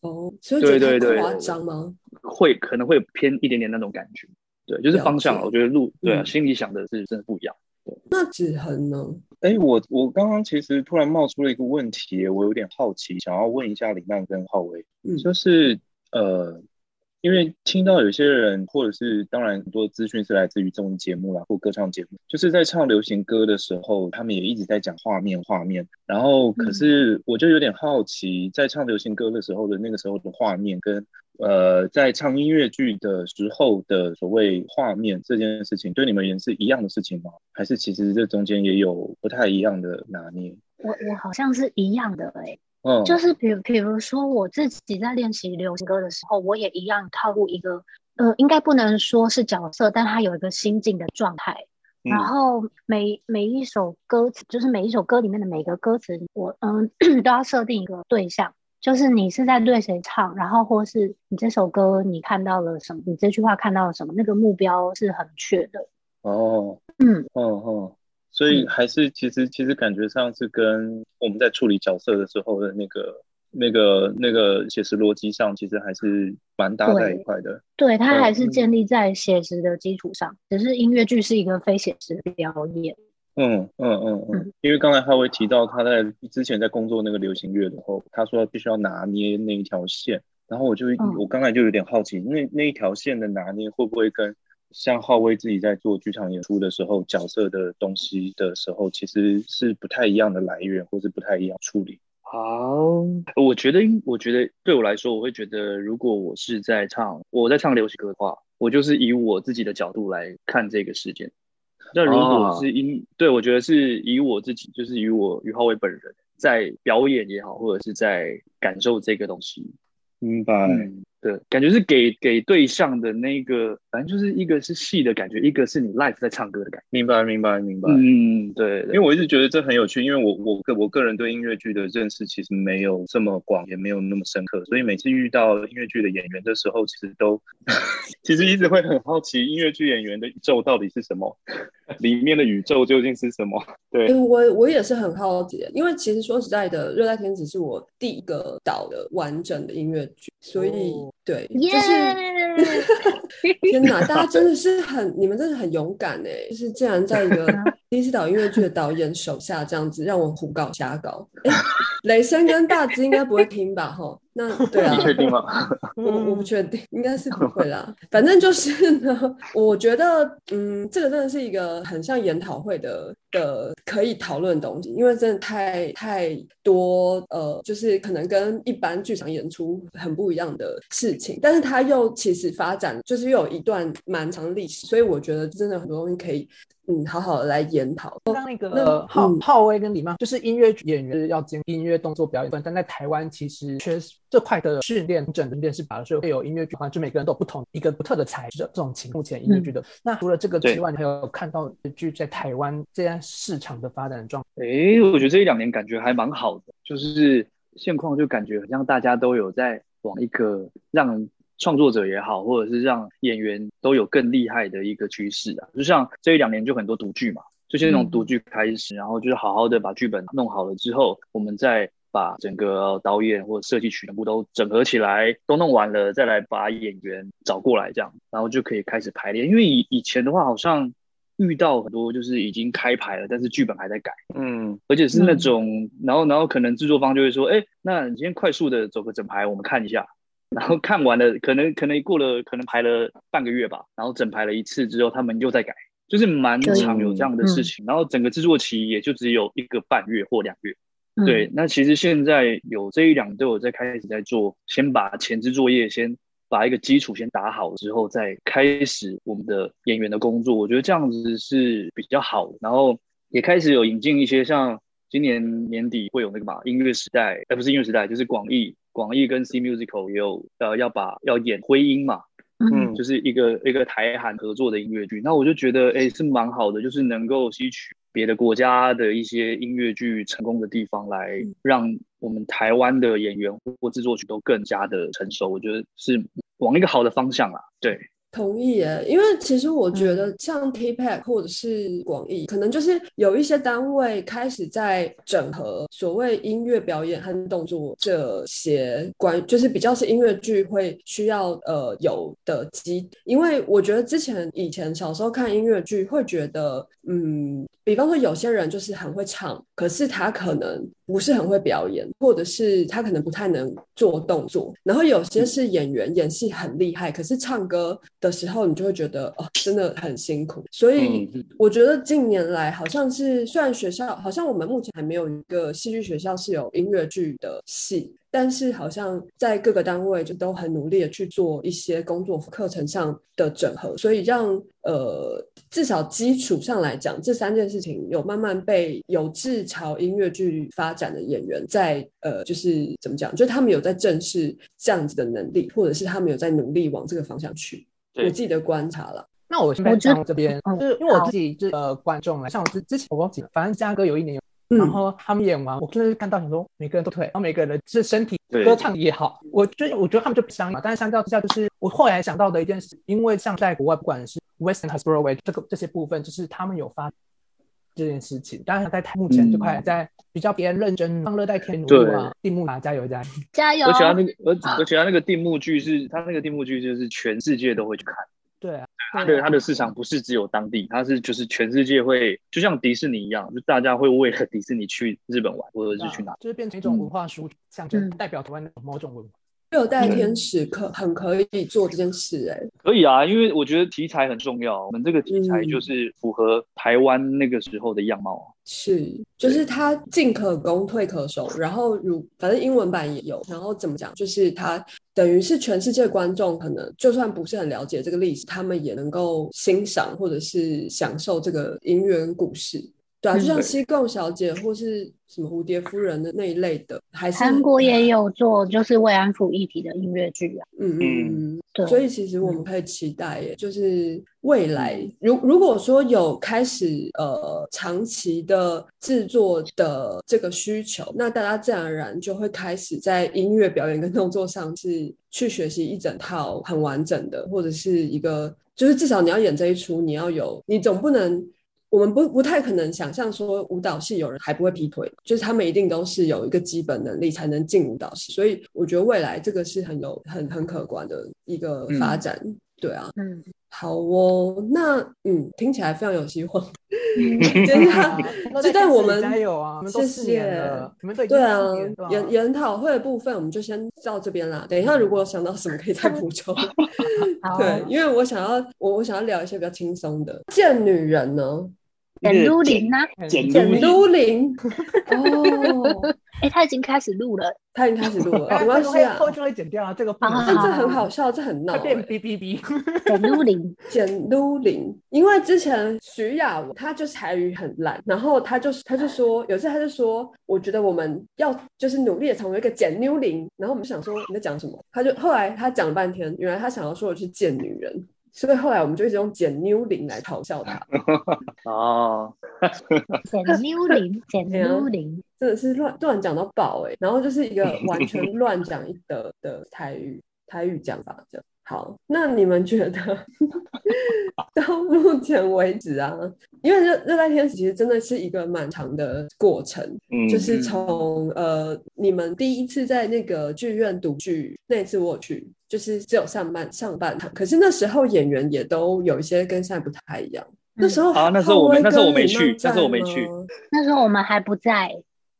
[SPEAKER 6] 哦，所以觉得
[SPEAKER 5] 对对
[SPEAKER 6] 太
[SPEAKER 5] 对
[SPEAKER 6] 夸张吗？
[SPEAKER 5] 会可能会偏一点点那种感觉，对，就是方向
[SPEAKER 6] 了
[SPEAKER 5] 啊。
[SPEAKER 6] 解
[SPEAKER 5] 我觉得路对啊，
[SPEAKER 6] 嗯
[SPEAKER 5] 心里想的是真的不一样。
[SPEAKER 6] 那子恒呢？
[SPEAKER 3] 哎，我我刚刚其实突然冒出了一个问题，我有点好奇，想要问一下林曼跟浩威，
[SPEAKER 6] 嗯
[SPEAKER 3] 就是呃，因为听到有些人或者是当然很多资讯是来自于综艺节目啦或歌唱节目，就是在唱流行歌的时候，他们也一直在讲画面画面，然后可
[SPEAKER 5] 嗯
[SPEAKER 3] 是我就有点好奇，在唱流行歌的时候的那个时候的画面跟呃，在唱音乐剧的时候的所谓画面这件事情，对你们而言是一样的事情吗？还是其实这中间也有不太一样的拿捏？
[SPEAKER 4] 我我好像是一样的哎、
[SPEAKER 3] 嗯，
[SPEAKER 4] 就是比如比如说我自己在练习流行歌的时候，我也一样套入一个呃，应该不能说是角色，但它有一个心境的状态。然
[SPEAKER 3] 嗯
[SPEAKER 4] 后每每一首歌词，就是每一首歌里面的每个歌词，我嗯 都要设定一个对象，就是你是在对谁唱，然后或是你这首歌你看到了什么，你这句话看到了什么，那个目标是很确的。
[SPEAKER 5] 哦，
[SPEAKER 4] 嗯，
[SPEAKER 5] 哦哦，所以还是其实其实感觉上是跟我们在处理角色的时候的那个那个那个写实逻辑上，其实还是蛮搭在一块的。
[SPEAKER 4] 对，它还是
[SPEAKER 5] 嗯
[SPEAKER 4] 建立在写实的基础上，只是音乐剧是一个非写实的表演。
[SPEAKER 5] 嗯嗯嗯嗯
[SPEAKER 4] 嗯，
[SPEAKER 5] 因为刚才浩威提到他在之前在工作那个流行乐的时候，他说他必须要拿捏那一条线，然后我就
[SPEAKER 4] 嗯
[SPEAKER 5] 我刚才就有点好奇，那那一条线的拿捏会不会跟像浩威自己在做剧场演出的时候，角色的东西的时候，其实是不太一样的来源，或是不太一样处理。
[SPEAKER 3] 好，
[SPEAKER 5] 我觉得应，我觉得对我来说，我会觉得，如果我是在唱，我在唱流行歌的话，我就是以我自己的角度来看这个事件。那如果
[SPEAKER 3] 哦
[SPEAKER 5] 是因，对我觉得是以我自己，就是以我于浩伟本人在表演也好，或者是在感受这个东西，
[SPEAKER 3] 明白。
[SPEAKER 5] 嗯，对，感觉是给给对象的那个，反正就是一个是戏的感觉，一个是你 live 在唱歌的感
[SPEAKER 3] 明白，明白，明
[SPEAKER 5] 觉。
[SPEAKER 3] 白。
[SPEAKER 5] 嗯，对，
[SPEAKER 3] 因为我一直觉得这很有趣，因为我我个我个人对音乐剧的认识其实没有这么广，也没有那么深刻，所以每次遇到音乐剧的演员的时候，其实都 其实一直会很好奇音乐剧演员的宇宙到底是什么， 里面的宇宙究竟是什么？对
[SPEAKER 6] 欸、我我也是很好奇，因为其实说实在的，《热带天使》是我第一个导的完整的音乐剧，所以、
[SPEAKER 2] 哦
[SPEAKER 6] 对，
[SPEAKER 4] 耶、
[SPEAKER 6] 就是 天哪，大家真的是很，你们真的很勇敢哎、就是竟然在一个第一次导音乐剧的导演手下这样子，让我胡搞瞎搞。哎、雷声跟大只应该不会听吧？吼，那对啊
[SPEAKER 5] 你，确定吗？
[SPEAKER 6] 我我不确定，应该是不会啦。反正就是呢，我觉得，嗯，这个真的是一个很像研讨会的的可以讨论的东西，因为真的太太多，呃，就是可能跟一般剧场演出很不一样的事情，但是它又其实发展就是又有一段蛮长的历史，所以我觉得真的很多东西可以，嗯，好好的来研讨。
[SPEAKER 2] 像那
[SPEAKER 6] 那
[SPEAKER 2] 个浩
[SPEAKER 6] 嗯
[SPEAKER 2] 浩威跟李曼，就是音乐演员要兼音乐动作表演部分，但在台湾其实缺这块的训练，整个练是把所以会有音乐剧，就每个人都有不同一个独特的才质。这种情目前音乐剧的、那除了这个之外，你还有看到剧在台湾这样市场的发展状况，
[SPEAKER 5] 诶，我觉得这一两年感觉还蛮好的，就是现况就感觉很像大家都有在往一个让创作者也好，或者是让演员都有更厉害的一个趋势啊。就像这一两年就很多独剧嘛，就是那种独剧开始，然后就是好好的把剧本弄好了之后，我们再把整个导演或设计曲全部都整合起来，都弄完了，再来把演员找过来，这样，然后就可以开始排练。因为以以前的话，好像遇到很多就是已经开排了，但是剧本还在改。
[SPEAKER 3] 嗯，
[SPEAKER 5] 而且是那
[SPEAKER 4] 嗯
[SPEAKER 5] 种，然后然后可能制作方就会说，哎，那你先快速的走个整排，我们看一下。然后看完了，可能可能过了，可能排了半个月吧，然后整排了一次之后，他们又在改，就是蛮
[SPEAKER 4] 对嗯
[SPEAKER 5] 常有这样的事情。然后整个制作期也就只有一个半月或两月。
[SPEAKER 4] 嗯
[SPEAKER 5] 对，那其实现在有这一两都有在开始在做，先把前置作业先把一个基础先打好之后，再开始我们的演员的工作。我觉得这样子是比较好的，然后也开始有引进一些像今年年底会有那个嘛音乐时代，呃，不是音乐时代，就是广义广义跟 C Musical 也有呃要把要演徽音嘛，
[SPEAKER 3] 嗯
[SPEAKER 5] 就是一个一个台韩合作的音乐剧。那我就觉得，哎，是蛮好的，就是能够吸取别的国家的一些音乐剧成功的地方，来
[SPEAKER 2] 嗯
[SPEAKER 5] 让我们台湾的演员或制作曲都更加的成熟。我觉得是往一个好的方向啦。啊对，
[SPEAKER 6] 同意耶，因为其实我觉得像 TPEC 或者是广义，可能就是有一些单位开始在整合所谓音乐表演和动作这些关，就是比较是音乐剧会需要呃有的基，因为我觉得之前以前小时候看音乐剧会觉得，嗯，比方说有些人就是很会唱，可是他可能不是很会表演，或者是他可能不太能做动作。然后有些是演员演戏很厉害，可是唱歌的时候你就会觉得哦，真的很辛苦。所以
[SPEAKER 5] 嗯
[SPEAKER 6] 我觉得近年来好像是，虽然学校好像我们目前还没有一个戏剧学校是有音乐剧的系，但是好像在各个单位就都很努力的去做一些工作课程上的整合，所以让呃至少基础上来讲，这三件事情有慢慢被有志朝音乐剧发展的演员在呃就是怎么讲，就他们有在正视这样子的能力，或者是他们有在努力往这个方向去。
[SPEAKER 5] 对
[SPEAKER 6] 我自己的观察了。
[SPEAKER 2] 那我先分
[SPEAKER 4] 觉得
[SPEAKER 2] 享这边，
[SPEAKER 4] 嗯
[SPEAKER 2] 就是因为我
[SPEAKER 4] 好
[SPEAKER 2] 自己就是呃观众来，像我之呃之前我忘记了，啊反正嘉哥有一年有，
[SPEAKER 6] 嗯
[SPEAKER 2] 然后他们演完，我就是看到想说每个人都退，然后每个人的就是身体
[SPEAKER 5] 对
[SPEAKER 2] 歌唱也好，我就我觉得他们就不相嘛，但是相较之下，就是我后来想到的一件事，因为像在国外，不管是 Western 和 Broadway 这个这些部分，就是他们有发这件事情，当然在目前这块在比较别人认真放热带天奴啊、地幕啊，加油加油！
[SPEAKER 4] 加油
[SPEAKER 5] 而！且他那个，
[SPEAKER 2] 啊
[SPEAKER 5] 而而且他那个定目剧是，他那个定目剧就是全世界都会去看，
[SPEAKER 2] 对啊，
[SPEAKER 5] 他的他的市场不是只有当地，他是就是全世界会，就像迪士尼一样，就大家会为了迪士尼去日本玩，或者是去哪。
[SPEAKER 2] 就是变成一种文化输出象征，
[SPEAKER 4] 嗯
[SPEAKER 2] 代表台湾的某种文化。
[SPEAKER 6] 热带天使可很可以做这件事、欸，哎，
[SPEAKER 5] 可以啊，因为我觉得题材很重要，我们这个题
[SPEAKER 6] 嗯
[SPEAKER 5] 材就是符合台湾那个时候的样貌。
[SPEAKER 6] 是，就是它进可攻，退可守。然后如反正英文版也有，然后怎么讲，就是它等于是全世界观众可能就算不是很了解这个历史，他们也能够欣赏或者是享受这个音乐跟故事。对啊，就像
[SPEAKER 5] 对
[SPEAKER 6] 西贡小姐或是什么蝴蝶夫人的那一类的，还是
[SPEAKER 4] 韩国也有做就是慰安妇议题的音乐剧啊，
[SPEAKER 6] 嗯嗯嗯，
[SPEAKER 4] 对，
[SPEAKER 6] 所以其实我们可以期待耶，就是未来，如如果说有开始呃长期的制作的这个需求，那大家自然而然就会开始在音乐表演跟动作上是去学习一整套很完整的，或者是一个就是至少你要演这一出，你要有，你总不能。我们不不太可能想象说舞蹈系有人还不会劈腿，就是他们一定都是有一个基本能力才能进舞蹈系，所以我觉得未来这个是很有很很可观的一个发展。对啊，
[SPEAKER 4] 嗯，
[SPEAKER 6] 好哦，那嗯，听起来非常有希望，
[SPEAKER 4] 嗯
[SPEAKER 6] 真 的啊。
[SPEAKER 2] 那
[SPEAKER 6] 就
[SPEAKER 2] 在
[SPEAKER 6] 但我们
[SPEAKER 2] 加油啊！我们都
[SPEAKER 6] 谢
[SPEAKER 2] 四年
[SPEAKER 6] 谢
[SPEAKER 2] 了，你们都已经四
[SPEAKER 6] 对啊
[SPEAKER 2] 年了，
[SPEAKER 6] 研研讨会的部分我们就先到这边啦。等一下如果有想到什么可以再补充。
[SPEAKER 4] 好，
[SPEAKER 6] 对，因为我想要我我想要聊一些比较轻松的。贱女人呢？
[SPEAKER 4] 简都灵啊呢？
[SPEAKER 3] 简
[SPEAKER 4] 简
[SPEAKER 3] 录
[SPEAKER 6] 都灵哦，
[SPEAKER 4] 哎，他已经开始录了，
[SPEAKER 6] 他已经开始录 了，
[SPEAKER 2] 哎
[SPEAKER 6] 没关系啊
[SPEAKER 2] 后。就会剪掉啊，这个不能
[SPEAKER 4] 啊
[SPEAKER 6] 但
[SPEAKER 2] 剪
[SPEAKER 6] 这很好笑，这很闹、
[SPEAKER 2] 会变
[SPEAKER 6] 欸。
[SPEAKER 2] 哔哔哔。
[SPEAKER 4] 简 都灵，
[SPEAKER 6] 简都灵，因为之前徐雅文她就是台语很烂，然后她就她就说有一次她就说，我觉得我们要就是努力的成为一个简都灵，然后我们就想说你在讲什么，她就后来她讲了半天，原来她想要说的是贱女人，所以后来我们就一直用简都灵来嘲笑她，
[SPEAKER 5] 哦，
[SPEAKER 4] 简都灵，简
[SPEAKER 5] 啊
[SPEAKER 4] 都灵，
[SPEAKER 6] 真的是乱乱讲到爆哎、欸，然后就是 一个完全乱讲一的的台语台语讲法这样。好，那你们觉得 到目前为止啊，因为热热带天使其实真的是一个蛮长的过程，
[SPEAKER 3] 嗯，
[SPEAKER 6] 就是从呃你们第一次在那个剧院读剧那次我有去，就是只有上半上半场，可是那时候演员也都有一些跟现在不太一样。那时候
[SPEAKER 5] 啊那时候我没
[SPEAKER 6] 浩威
[SPEAKER 5] 那时候
[SPEAKER 6] 跟
[SPEAKER 5] 我没
[SPEAKER 6] 李
[SPEAKER 5] 去
[SPEAKER 6] 曼
[SPEAKER 5] 那时候我
[SPEAKER 6] 在
[SPEAKER 5] 没去
[SPEAKER 6] 吗
[SPEAKER 4] 那时候我们还不在，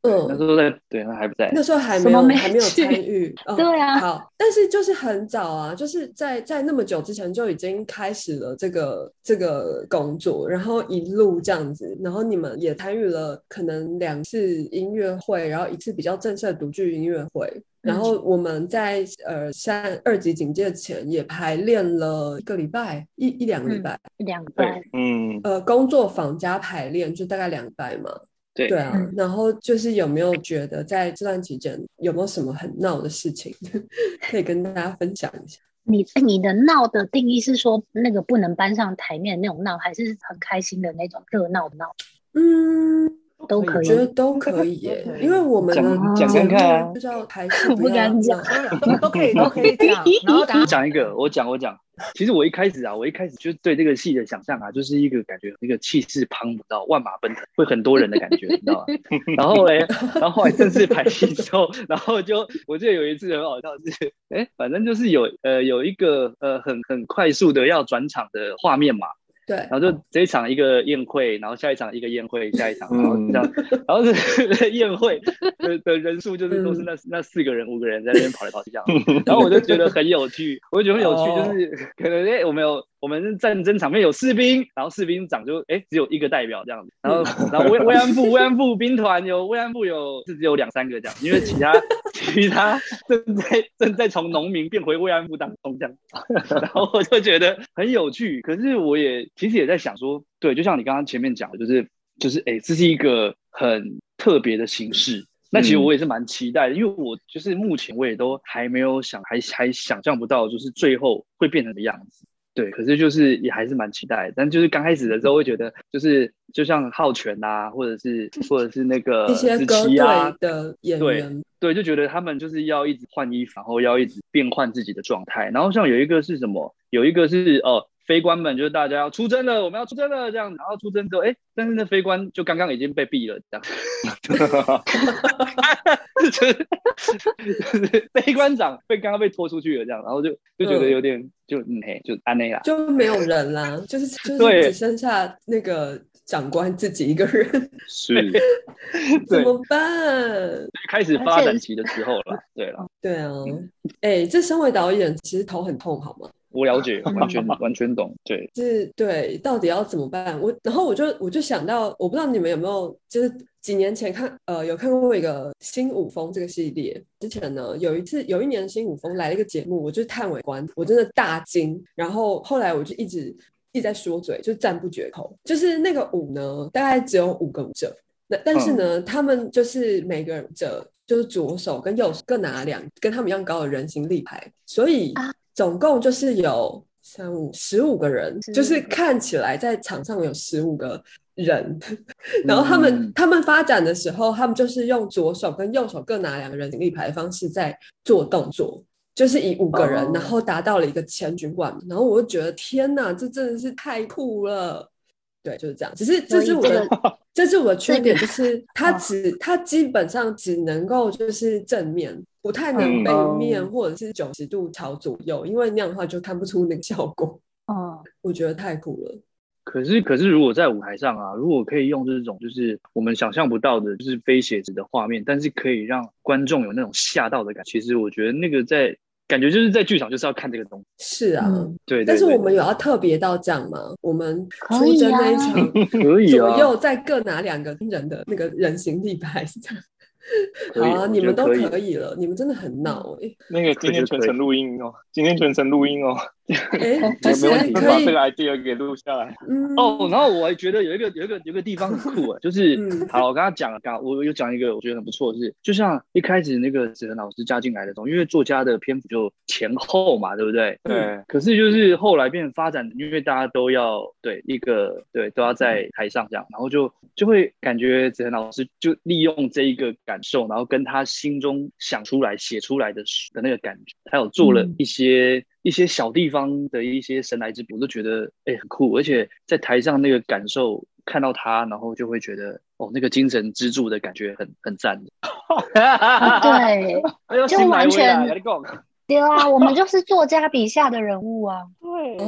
[SPEAKER 6] 嗯，
[SPEAKER 5] 那时候在，对，他还不在。
[SPEAKER 6] 那时候还
[SPEAKER 4] 什
[SPEAKER 6] 没有
[SPEAKER 4] 么没
[SPEAKER 6] 还没有
[SPEAKER 4] 去
[SPEAKER 6] 参与，嗯
[SPEAKER 4] 对啊
[SPEAKER 6] 好，但是就是很早啊，就是在在那么久之前就已经开始了这个这个工作，然后一路这样子，然后你们也参与了可能两次音乐会，然后一次比较正式的独剧音乐会。
[SPEAKER 4] 嗯
[SPEAKER 6] 然后我们在呃下二级警戒前也排练了一个礼拜，一一两个礼
[SPEAKER 4] 嗯
[SPEAKER 6] 拜，
[SPEAKER 4] 两
[SPEAKER 3] 对
[SPEAKER 4] 班，，
[SPEAKER 3] 嗯，
[SPEAKER 6] 呃，工作坊加排练就大概两个礼拜嘛。
[SPEAKER 5] 对
[SPEAKER 6] 对啊
[SPEAKER 4] 嗯，
[SPEAKER 6] 然后就是有没有觉得在这段期间有没有什么很闹的事情 可以跟大家分享一下？
[SPEAKER 4] 你你的闹的定义是说那个不能搬上台面的那种闹，还是很开心的那种热闹的闹？
[SPEAKER 6] 嗯，
[SPEAKER 4] 都
[SPEAKER 2] 可
[SPEAKER 4] 可
[SPEAKER 6] 我
[SPEAKER 2] 以
[SPEAKER 4] 以
[SPEAKER 6] 觉得都可以耶
[SPEAKER 2] 都可，以
[SPEAKER 6] 因为我们的
[SPEAKER 5] 讲
[SPEAKER 4] 讲
[SPEAKER 5] 看看啊
[SPEAKER 6] 就叫台啊式
[SPEAKER 4] 我不
[SPEAKER 6] 要
[SPEAKER 4] 敢讲
[SPEAKER 6] 闹
[SPEAKER 2] 都都可以，都可以讲。然后大
[SPEAKER 5] 我
[SPEAKER 2] 家
[SPEAKER 5] 讲一个，我讲我讲。其实我一开始啊，我一开始就对这个戏的想象啊，就是一个感觉一个气势磅礴到万马奔腾，会很多人的感觉，你知道吗？ 然后嘞，然后后来正式排戏之后，然后就我记得有一次很好笑是，哎，反正就是有呃有一个呃很很快速的要转场的画面嘛，
[SPEAKER 6] 对
[SPEAKER 5] 然，后就这一场一个宴会，然后下一场一个宴会，下一场，
[SPEAKER 3] 嗯
[SPEAKER 5] 然后这样，然后是 宴会的的人数就是都是那那四个人五个人在那边跑来跑去这样，然后我就觉得很有趣，我就觉得很有趣，就是可能哎、我们有我们战争场面有士兵，然后士兵长就哎、只有一个代表这样子，然后然后慰慰安妇慰安妇兵团有慰安妇有是只有两三个这样，因为其他其他正在正在从农民变回慰安妇当中这样。 然后我就觉得很有趣。可是我也其实也在想说，对，就像你刚刚前面讲的，就是就是哎，诶这是一个很特别的形式。那
[SPEAKER 6] 嗯
[SPEAKER 5] 其实我也是蛮期待的，因为我就是目前我也都还没有想，还还想象不到，就是最后会变成的样子。对，可是就是也还是蛮期待的，但就是刚开始的时候会觉得，就是就像浩全啊，或者是或者是那个
[SPEAKER 6] 一些
[SPEAKER 5] 子
[SPEAKER 6] 歌
[SPEAKER 5] 琪啊
[SPEAKER 6] 队，的演
[SPEAKER 5] 对
[SPEAKER 6] 员，
[SPEAKER 5] 对，就觉得他们就是要一直换衣服，然后要一直变换自己的状态。然后像有一个是什么？有一个是哦，非官们就是大家要出征了，我们要出征了这样。然后出征之后，哎，但是那非官就刚刚已经被毙了，这样。 就是就是非官长被刚刚被拖出去了这样，然后就就觉得有点、就嗯嘿就安内啦。
[SPEAKER 6] 就没有人啦， 就是就是
[SPEAKER 5] 对
[SPEAKER 6] 只剩下那个长官自己一个 人，
[SPEAKER 3] 是，
[SPEAKER 6] 怎
[SPEAKER 5] 对，
[SPEAKER 6] 么办？
[SPEAKER 5] 开始发展期的时候了。对了，
[SPEAKER 6] 对啊，
[SPEAKER 5] 嗯
[SPEAKER 6] 哎、这身为导演其实头很痛，好吗？
[SPEAKER 5] 我了解，完全完全懂。对，
[SPEAKER 6] 是对，到底要怎么办？我然后我就我就想到，我不知道你们有没有，就是几年前看呃有看过一个《新舞风》这个系列。之前呢，有一次有一年《新舞风》来了一个节目，我就是叹为观止，我真的大惊。然后后来我就一直一直在说嘴，就赞不绝口。就是那个舞呢，大概只有五个舞者，那但是呢，他们就是每个舞者就是左手跟右手各拿两跟他们一样高的人形立牌，所以
[SPEAKER 4] 啊
[SPEAKER 6] 总共就是有三五十五个人，
[SPEAKER 4] 15
[SPEAKER 6] 就是
[SPEAKER 4] 个
[SPEAKER 6] 看起来在场上有十五个人，然后他们、他们发展的时候，他们就是用左手跟右手各拿两个人形立牌的方式在做动作。就是以五个人，
[SPEAKER 5] 哦
[SPEAKER 6] 然后达到了一个前军冠，然后我就觉得天哪，这真的是太酷了。对，就是这样。只是
[SPEAKER 4] 所
[SPEAKER 6] 这
[SPEAKER 4] 以
[SPEAKER 6] 是我的
[SPEAKER 4] 这个，
[SPEAKER 6] 这是我的缺点，
[SPEAKER 4] 这
[SPEAKER 6] 就
[SPEAKER 4] 个
[SPEAKER 6] 是它
[SPEAKER 4] 哦
[SPEAKER 6] 只它基本上只能够就是正面，不太能
[SPEAKER 3] 嗯
[SPEAKER 6] 背
[SPEAKER 5] 哦
[SPEAKER 6] 面或者是九十度朝左右，因为那样的话就看不出那个效果。
[SPEAKER 4] 哦，
[SPEAKER 6] 我觉得太酷了。
[SPEAKER 5] 可是可是如果在舞台上啊，如果可以用这种就是我们想象不到的，就是非写实的画面，但是可以让观众有那种吓到的感觉，其实我觉得那个在感觉就是在剧场就是要看这个东西。
[SPEAKER 6] 是啊，
[SPEAKER 2] 嗯
[SPEAKER 5] 对对
[SPEAKER 6] 但是
[SPEAKER 5] 对
[SPEAKER 6] 我们有要特别到这样吗？我们
[SPEAKER 4] 可
[SPEAKER 6] 出
[SPEAKER 4] 以
[SPEAKER 6] 征
[SPEAKER 4] 啊
[SPEAKER 6] 那一场
[SPEAKER 5] 可以啊
[SPEAKER 6] 左，右再各拿两个人的那个人形立牌，是这样。
[SPEAKER 5] 可以
[SPEAKER 6] 好啊，
[SPEAKER 5] 我
[SPEAKER 6] 你
[SPEAKER 5] 觉
[SPEAKER 6] 们
[SPEAKER 5] 得
[SPEAKER 6] 都
[SPEAKER 5] 可以
[SPEAKER 6] 可以了，你们真的很闹哎、
[SPEAKER 3] 那个今天全程录音哦，今天全程录音哦，
[SPEAKER 6] 欸、哎、就
[SPEAKER 3] 我
[SPEAKER 6] 是
[SPEAKER 3] 没问题，
[SPEAKER 6] 可
[SPEAKER 3] 把
[SPEAKER 6] 以
[SPEAKER 3] 这个 idea 给录下来。
[SPEAKER 6] 嗯
[SPEAKER 5] 哦，然后我还觉得有一个有一个有一个地方很酷啊，就是、
[SPEAKER 6] 嗯
[SPEAKER 5] 好，我刚刚讲，刚我有讲一个我觉得很不错的是，就像一开始那个子恒老师加进来的时候，因为作家的篇幅就前后嘛，对不对？
[SPEAKER 3] 对，
[SPEAKER 5] 可是就是后来变发展，因为大家都要对一个对都要在台上这样，然后就就会感觉子恒老师就利用这一个感受，然后跟他心中想出来写出来的的那个感觉，他有做了
[SPEAKER 2] 嗯
[SPEAKER 5] 一些、一些小地方的一些神来之笔，我就觉得哎、很酷，而且在台上那个感受，看到他，然后就会觉得哦那个精神支柱的感觉很很赞 的，
[SPEAKER 4] 啊对，
[SPEAKER 5] 哎呦，新
[SPEAKER 4] 就
[SPEAKER 5] 来
[SPEAKER 4] 完
[SPEAKER 5] 位啦
[SPEAKER 4] 全
[SPEAKER 5] 跟你讲
[SPEAKER 4] 对啊，我们就是作家笔下的人物 啊。
[SPEAKER 6] 哦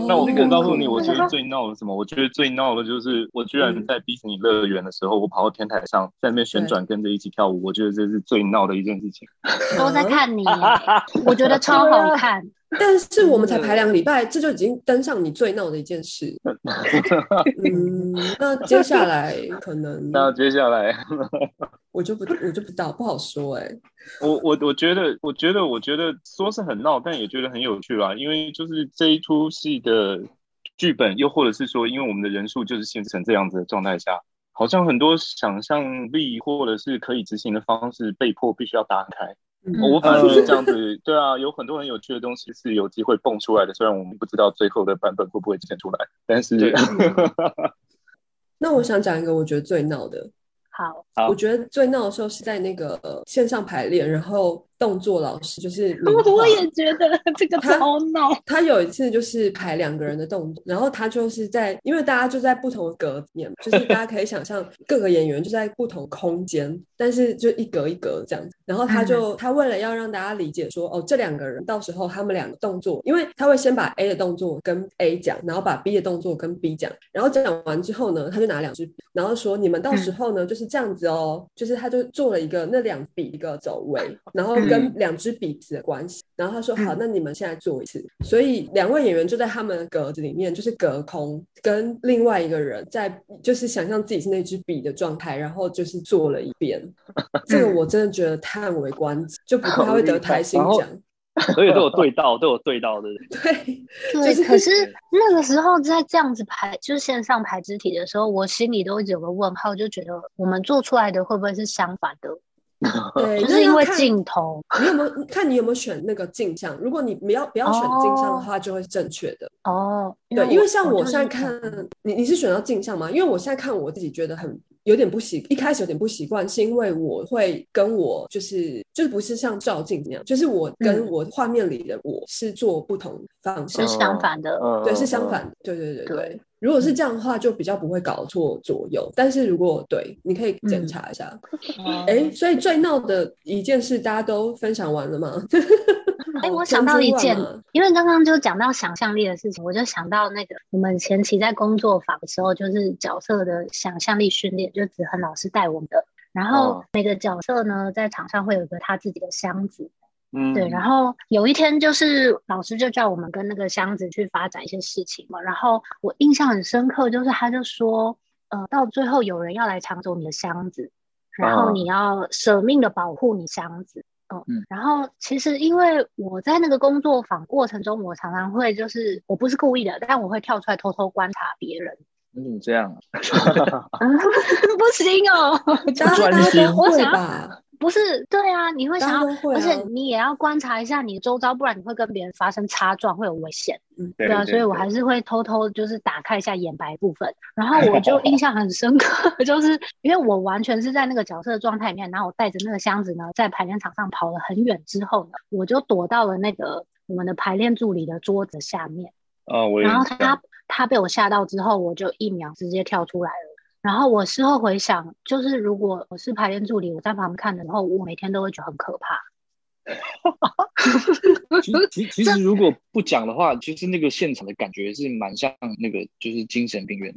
[SPEAKER 3] 那我我告诉你，我
[SPEAKER 4] 觉
[SPEAKER 3] 觉
[SPEAKER 4] 得
[SPEAKER 3] 得最闹的什么？我觉得最闹的就是我居然
[SPEAKER 6] 嗯
[SPEAKER 3] 在迪士尼乐园的时候，我跑到天台上，在那边旋转，跟着一起跳舞。我觉得这是最闹的一件事情。
[SPEAKER 4] 都在看你 耶，我觉得超好看。
[SPEAKER 6] 但是我们才排两个礼拜，这就已经登上你最闹的一件事。嗯，那接下来可能
[SPEAKER 3] 那接下来，
[SPEAKER 6] 我就不我就不知道，不好说哎、
[SPEAKER 3] 我我我觉得，我觉得，我觉得说是很闹，但也觉得很有趣啦。因为就是这一出戏的剧本，又或者是说，因为我们的人数就是限制成这样子的状态下，好像很多想象力或者是可以执行的方式，被迫必须要打开。
[SPEAKER 6] 嗯
[SPEAKER 3] 我反而觉
[SPEAKER 5] 嗯
[SPEAKER 3] 得这样子，对啊，有很多很有趣的东西是有机会蹦出来的。虽然我们不知道最后的版本会不会剪出来，但
[SPEAKER 5] 对
[SPEAKER 3] 是
[SPEAKER 6] 那我想讲一个我觉得最闹的，
[SPEAKER 4] 好，
[SPEAKER 5] 好
[SPEAKER 6] 我觉得最闹的时候是在那个呃线上排练，然后动作老师就是名 画
[SPEAKER 4] 哦我也觉得这个超闹。
[SPEAKER 6] 他有一次就是排两个人的动作，然后他就是在，因为大家就在不同的格子里面，就是大家可以想象各个演员就在不同空间，但是就一格一格这样子。然后他就
[SPEAKER 4] 嗯
[SPEAKER 6] 他为了要让大家理解说，哦，这两个人到时候他们两个动作，因为他会先把 A 的动作跟 A 讲，然后把 B 的动作跟 B 讲，然后讲完之后呢，他就拿两支笔，然后说你们到时候呢就是这样子哦，就是他就做了一个那两笔一个走位，然后跟
[SPEAKER 5] 嗯
[SPEAKER 6] 两支笔子的关系。然后他说：“
[SPEAKER 4] 嗯
[SPEAKER 6] 好，那你们现在做一次。”所以两位演员就在他们的格子里面，就是隔空跟另外一个人在，就是想象自己是那支笔的状态，然后就是做了一遍。这个我真的觉得叹为观止，就不愧他会得台新奖。
[SPEAKER 5] 而且都有对到，都有对到的。
[SPEAKER 6] 对，
[SPEAKER 4] 对，
[SPEAKER 6] 就是
[SPEAKER 4] 可是那个时候在这样子排，就是线上排肢体的时候，我心里都一直有个问号，就觉得我们做出来的会不会是相反的？
[SPEAKER 6] 对，
[SPEAKER 4] 就
[SPEAKER 6] 那
[SPEAKER 4] 是因
[SPEAKER 6] 要
[SPEAKER 4] 为
[SPEAKER 6] 看
[SPEAKER 4] 镜头，
[SPEAKER 6] 你有没有看你有没有选那个镜像？如果你不要不要选镜像的话，就会是正确的。
[SPEAKER 4] 哦，
[SPEAKER 6] 对，因为像我
[SPEAKER 4] 就是
[SPEAKER 6] 现在看呃你，你是选到镜像吗？因为我现在看我自己觉得很有点不习，一开始有点不习惯，是因为我会跟我就是就是不是像照镜那样，就是我跟
[SPEAKER 4] 嗯
[SPEAKER 6] 我画面里的我是做不同方向
[SPEAKER 4] 就，是相反的，
[SPEAKER 5] 嗯
[SPEAKER 6] 对，是相反。的，对对哦对嗯
[SPEAKER 4] 对
[SPEAKER 6] 对。如果是这样的话，就比较不会搞错左右。但是如果对，你可以检查一下。哎、所以最闹的一件事，大家都分享完了吗？
[SPEAKER 4] 哎，我
[SPEAKER 6] 哦
[SPEAKER 4] 想到一件
[SPEAKER 6] 珍珠丸嘛，
[SPEAKER 4] 因为刚刚就讲到想象力的事情，我就想到那个我们前期在工作坊的时候，就是角色的想象力训练，就子恒老师带我们的。然后
[SPEAKER 5] 哦
[SPEAKER 4] 每个角色呢，在场上会有一个他自己的箱子，
[SPEAKER 5] 嗯，
[SPEAKER 4] 对，然后有一天就是老师就叫我们跟那个箱子去发展一些事情嘛，然后我印象很深刻，就是他就说，呃，到最后有人要来抢走你的箱子，然后
[SPEAKER 5] 啊
[SPEAKER 4] 你要舍命的保护你箱子。嗯
[SPEAKER 5] 嗯，
[SPEAKER 4] 然后其实因为我在那个工作坊过程中，我常常会就是我不是故意的，但我会跳出来偷偷观察别人。
[SPEAKER 5] 你怎么这样啊？
[SPEAKER 4] 嗯， 不行哦，
[SPEAKER 6] 大家
[SPEAKER 5] 专
[SPEAKER 6] 大家
[SPEAKER 5] 心
[SPEAKER 6] 都
[SPEAKER 4] 我
[SPEAKER 6] 会
[SPEAKER 4] 想要
[SPEAKER 6] 吧？
[SPEAKER 4] 不是，对啊，你会
[SPEAKER 6] 大
[SPEAKER 4] 想
[SPEAKER 6] 家
[SPEAKER 4] 要，
[SPEAKER 6] 都会
[SPEAKER 4] 而且
[SPEAKER 6] 啊
[SPEAKER 4] 你也要观察一下你周遭，不然你会跟别人发生擦撞，会有危险。
[SPEAKER 5] 对
[SPEAKER 4] 啊，所以我还是会偷偷就是打开一下眼白部分，然后 我就印象很深刻， 就是因为我完全是在那个角色的状态里面，然后我带着那个箱子呢，在排练场上跑了很远之后呢，我就躲到了那个我们的排练助理的桌子下面，
[SPEAKER 5] 啊，我有
[SPEAKER 4] 然后
[SPEAKER 5] 印象
[SPEAKER 4] 他他被我吓到之后，我就一秒直接跳出来了。然后我事后回想，就是如果我是排练助理，我在旁边看的时候，我每天都会觉得很可怕。
[SPEAKER 5] 其其其实如果不讲的话，其实那个现场的感觉是蛮像那个就是精神病院。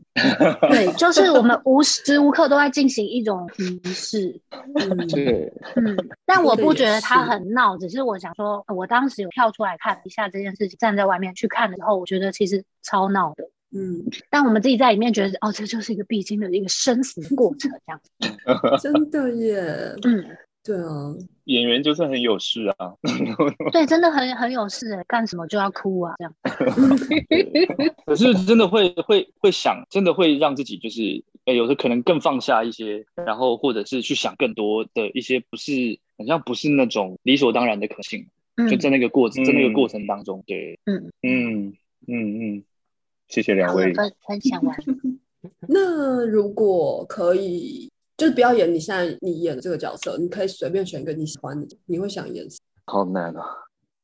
[SPEAKER 4] 对，就是我们无时无刻都在进行一种仪式。嗯，
[SPEAKER 5] 对，
[SPEAKER 4] 嗯，但我
[SPEAKER 6] 说得
[SPEAKER 4] 不
[SPEAKER 6] 也
[SPEAKER 4] 觉得他
[SPEAKER 6] 是
[SPEAKER 4] 很闹，只是我想说，呃我当时有跳出来看一下这件事情，站在外面去看的时候，我觉得其实超闹的。
[SPEAKER 6] 嗯，
[SPEAKER 4] 但我们自己在里面觉得，哦，这就是一个必经的一个生死的过程，这样子。
[SPEAKER 6] 真的 耶，
[SPEAKER 4] 嗯，
[SPEAKER 6] 对啊，
[SPEAKER 3] 演员就是很有事啊，
[SPEAKER 4] 对，真的很很有事欸，干什么就要哭啊，这样。
[SPEAKER 5] 可是真的会会会想，真的会让自己就是，哎，有时候可能更放下一些，然后或者是去想更多的一些，不是好像不是那种理所当然的可能性，
[SPEAKER 4] 嗯
[SPEAKER 5] 就在那个过程，在那个
[SPEAKER 3] 嗯
[SPEAKER 5] 过程当中，对，
[SPEAKER 4] 嗯，
[SPEAKER 3] 嗯嗯嗯，谢谢两
[SPEAKER 4] 好了
[SPEAKER 3] 位，
[SPEAKER 4] 分分享完。
[SPEAKER 6] 那如果可以，就是不要演你现在你演的这个角色，你可以随便选一个你喜欢的，你会想演谁
[SPEAKER 5] 好难啊，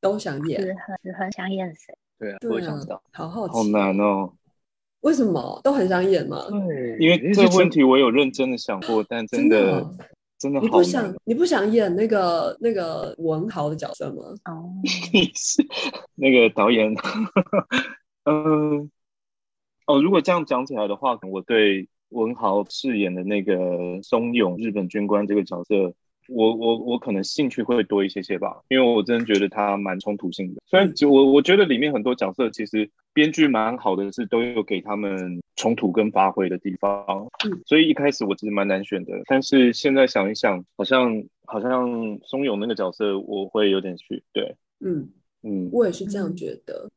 [SPEAKER 6] 都想
[SPEAKER 4] 是
[SPEAKER 6] 演，
[SPEAKER 4] 很是很想演谁？
[SPEAKER 5] 对啊，我
[SPEAKER 6] 对
[SPEAKER 5] 也想
[SPEAKER 6] 啊
[SPEAKER 5] 知道，，
[SPEAKER 6] 好好
[SPEAKER 3] 好
[SPEAKER 6] 奇，
[SPEAKER 3] 难哦。
[SPEAKER 6] 为什么都很想演吗？
[SPEAKER 5] 对
[SPEAKER 3] 因为这个问题我有认真的想过，但真的
[SPEAKER 6] 哦
[SPEAKER 3] 真的
[SPEAKER 6] 你
[SPEAKER 3] 好
[SPEAKER 6] 不
[SPEAKER 3] 难
[SPEAKER 6] 想
[SPEAKER 3] 哦。
[SPEAKER 6] 你不想演那个那个文豪的角色吗？
[SPEAKER 4] 哦，
[SPEAKER 3] 那个导演，嗯，哦，如果这样讲起来的话，我对文豪饰演的那个松永日本军官这个角色，我我我可能兴趣会多一些些吧，因为我真的觉得他蛮冲突性的。虽然就我我觉得里面很多角色其实编剧蛮好的，是都有给他们冲突跟发挥的地方，
[SPEAKER 6] 嗯
[SPEAKER 3] 所以一开始我其实蛮难选的。但是现在想一想，好像好像松永那个角色我会有点去对，
[SPEAKER 6] 嗯，
[SPEAKER 3] 嗯。
[SPEAKER 6] 我也是这样觉得，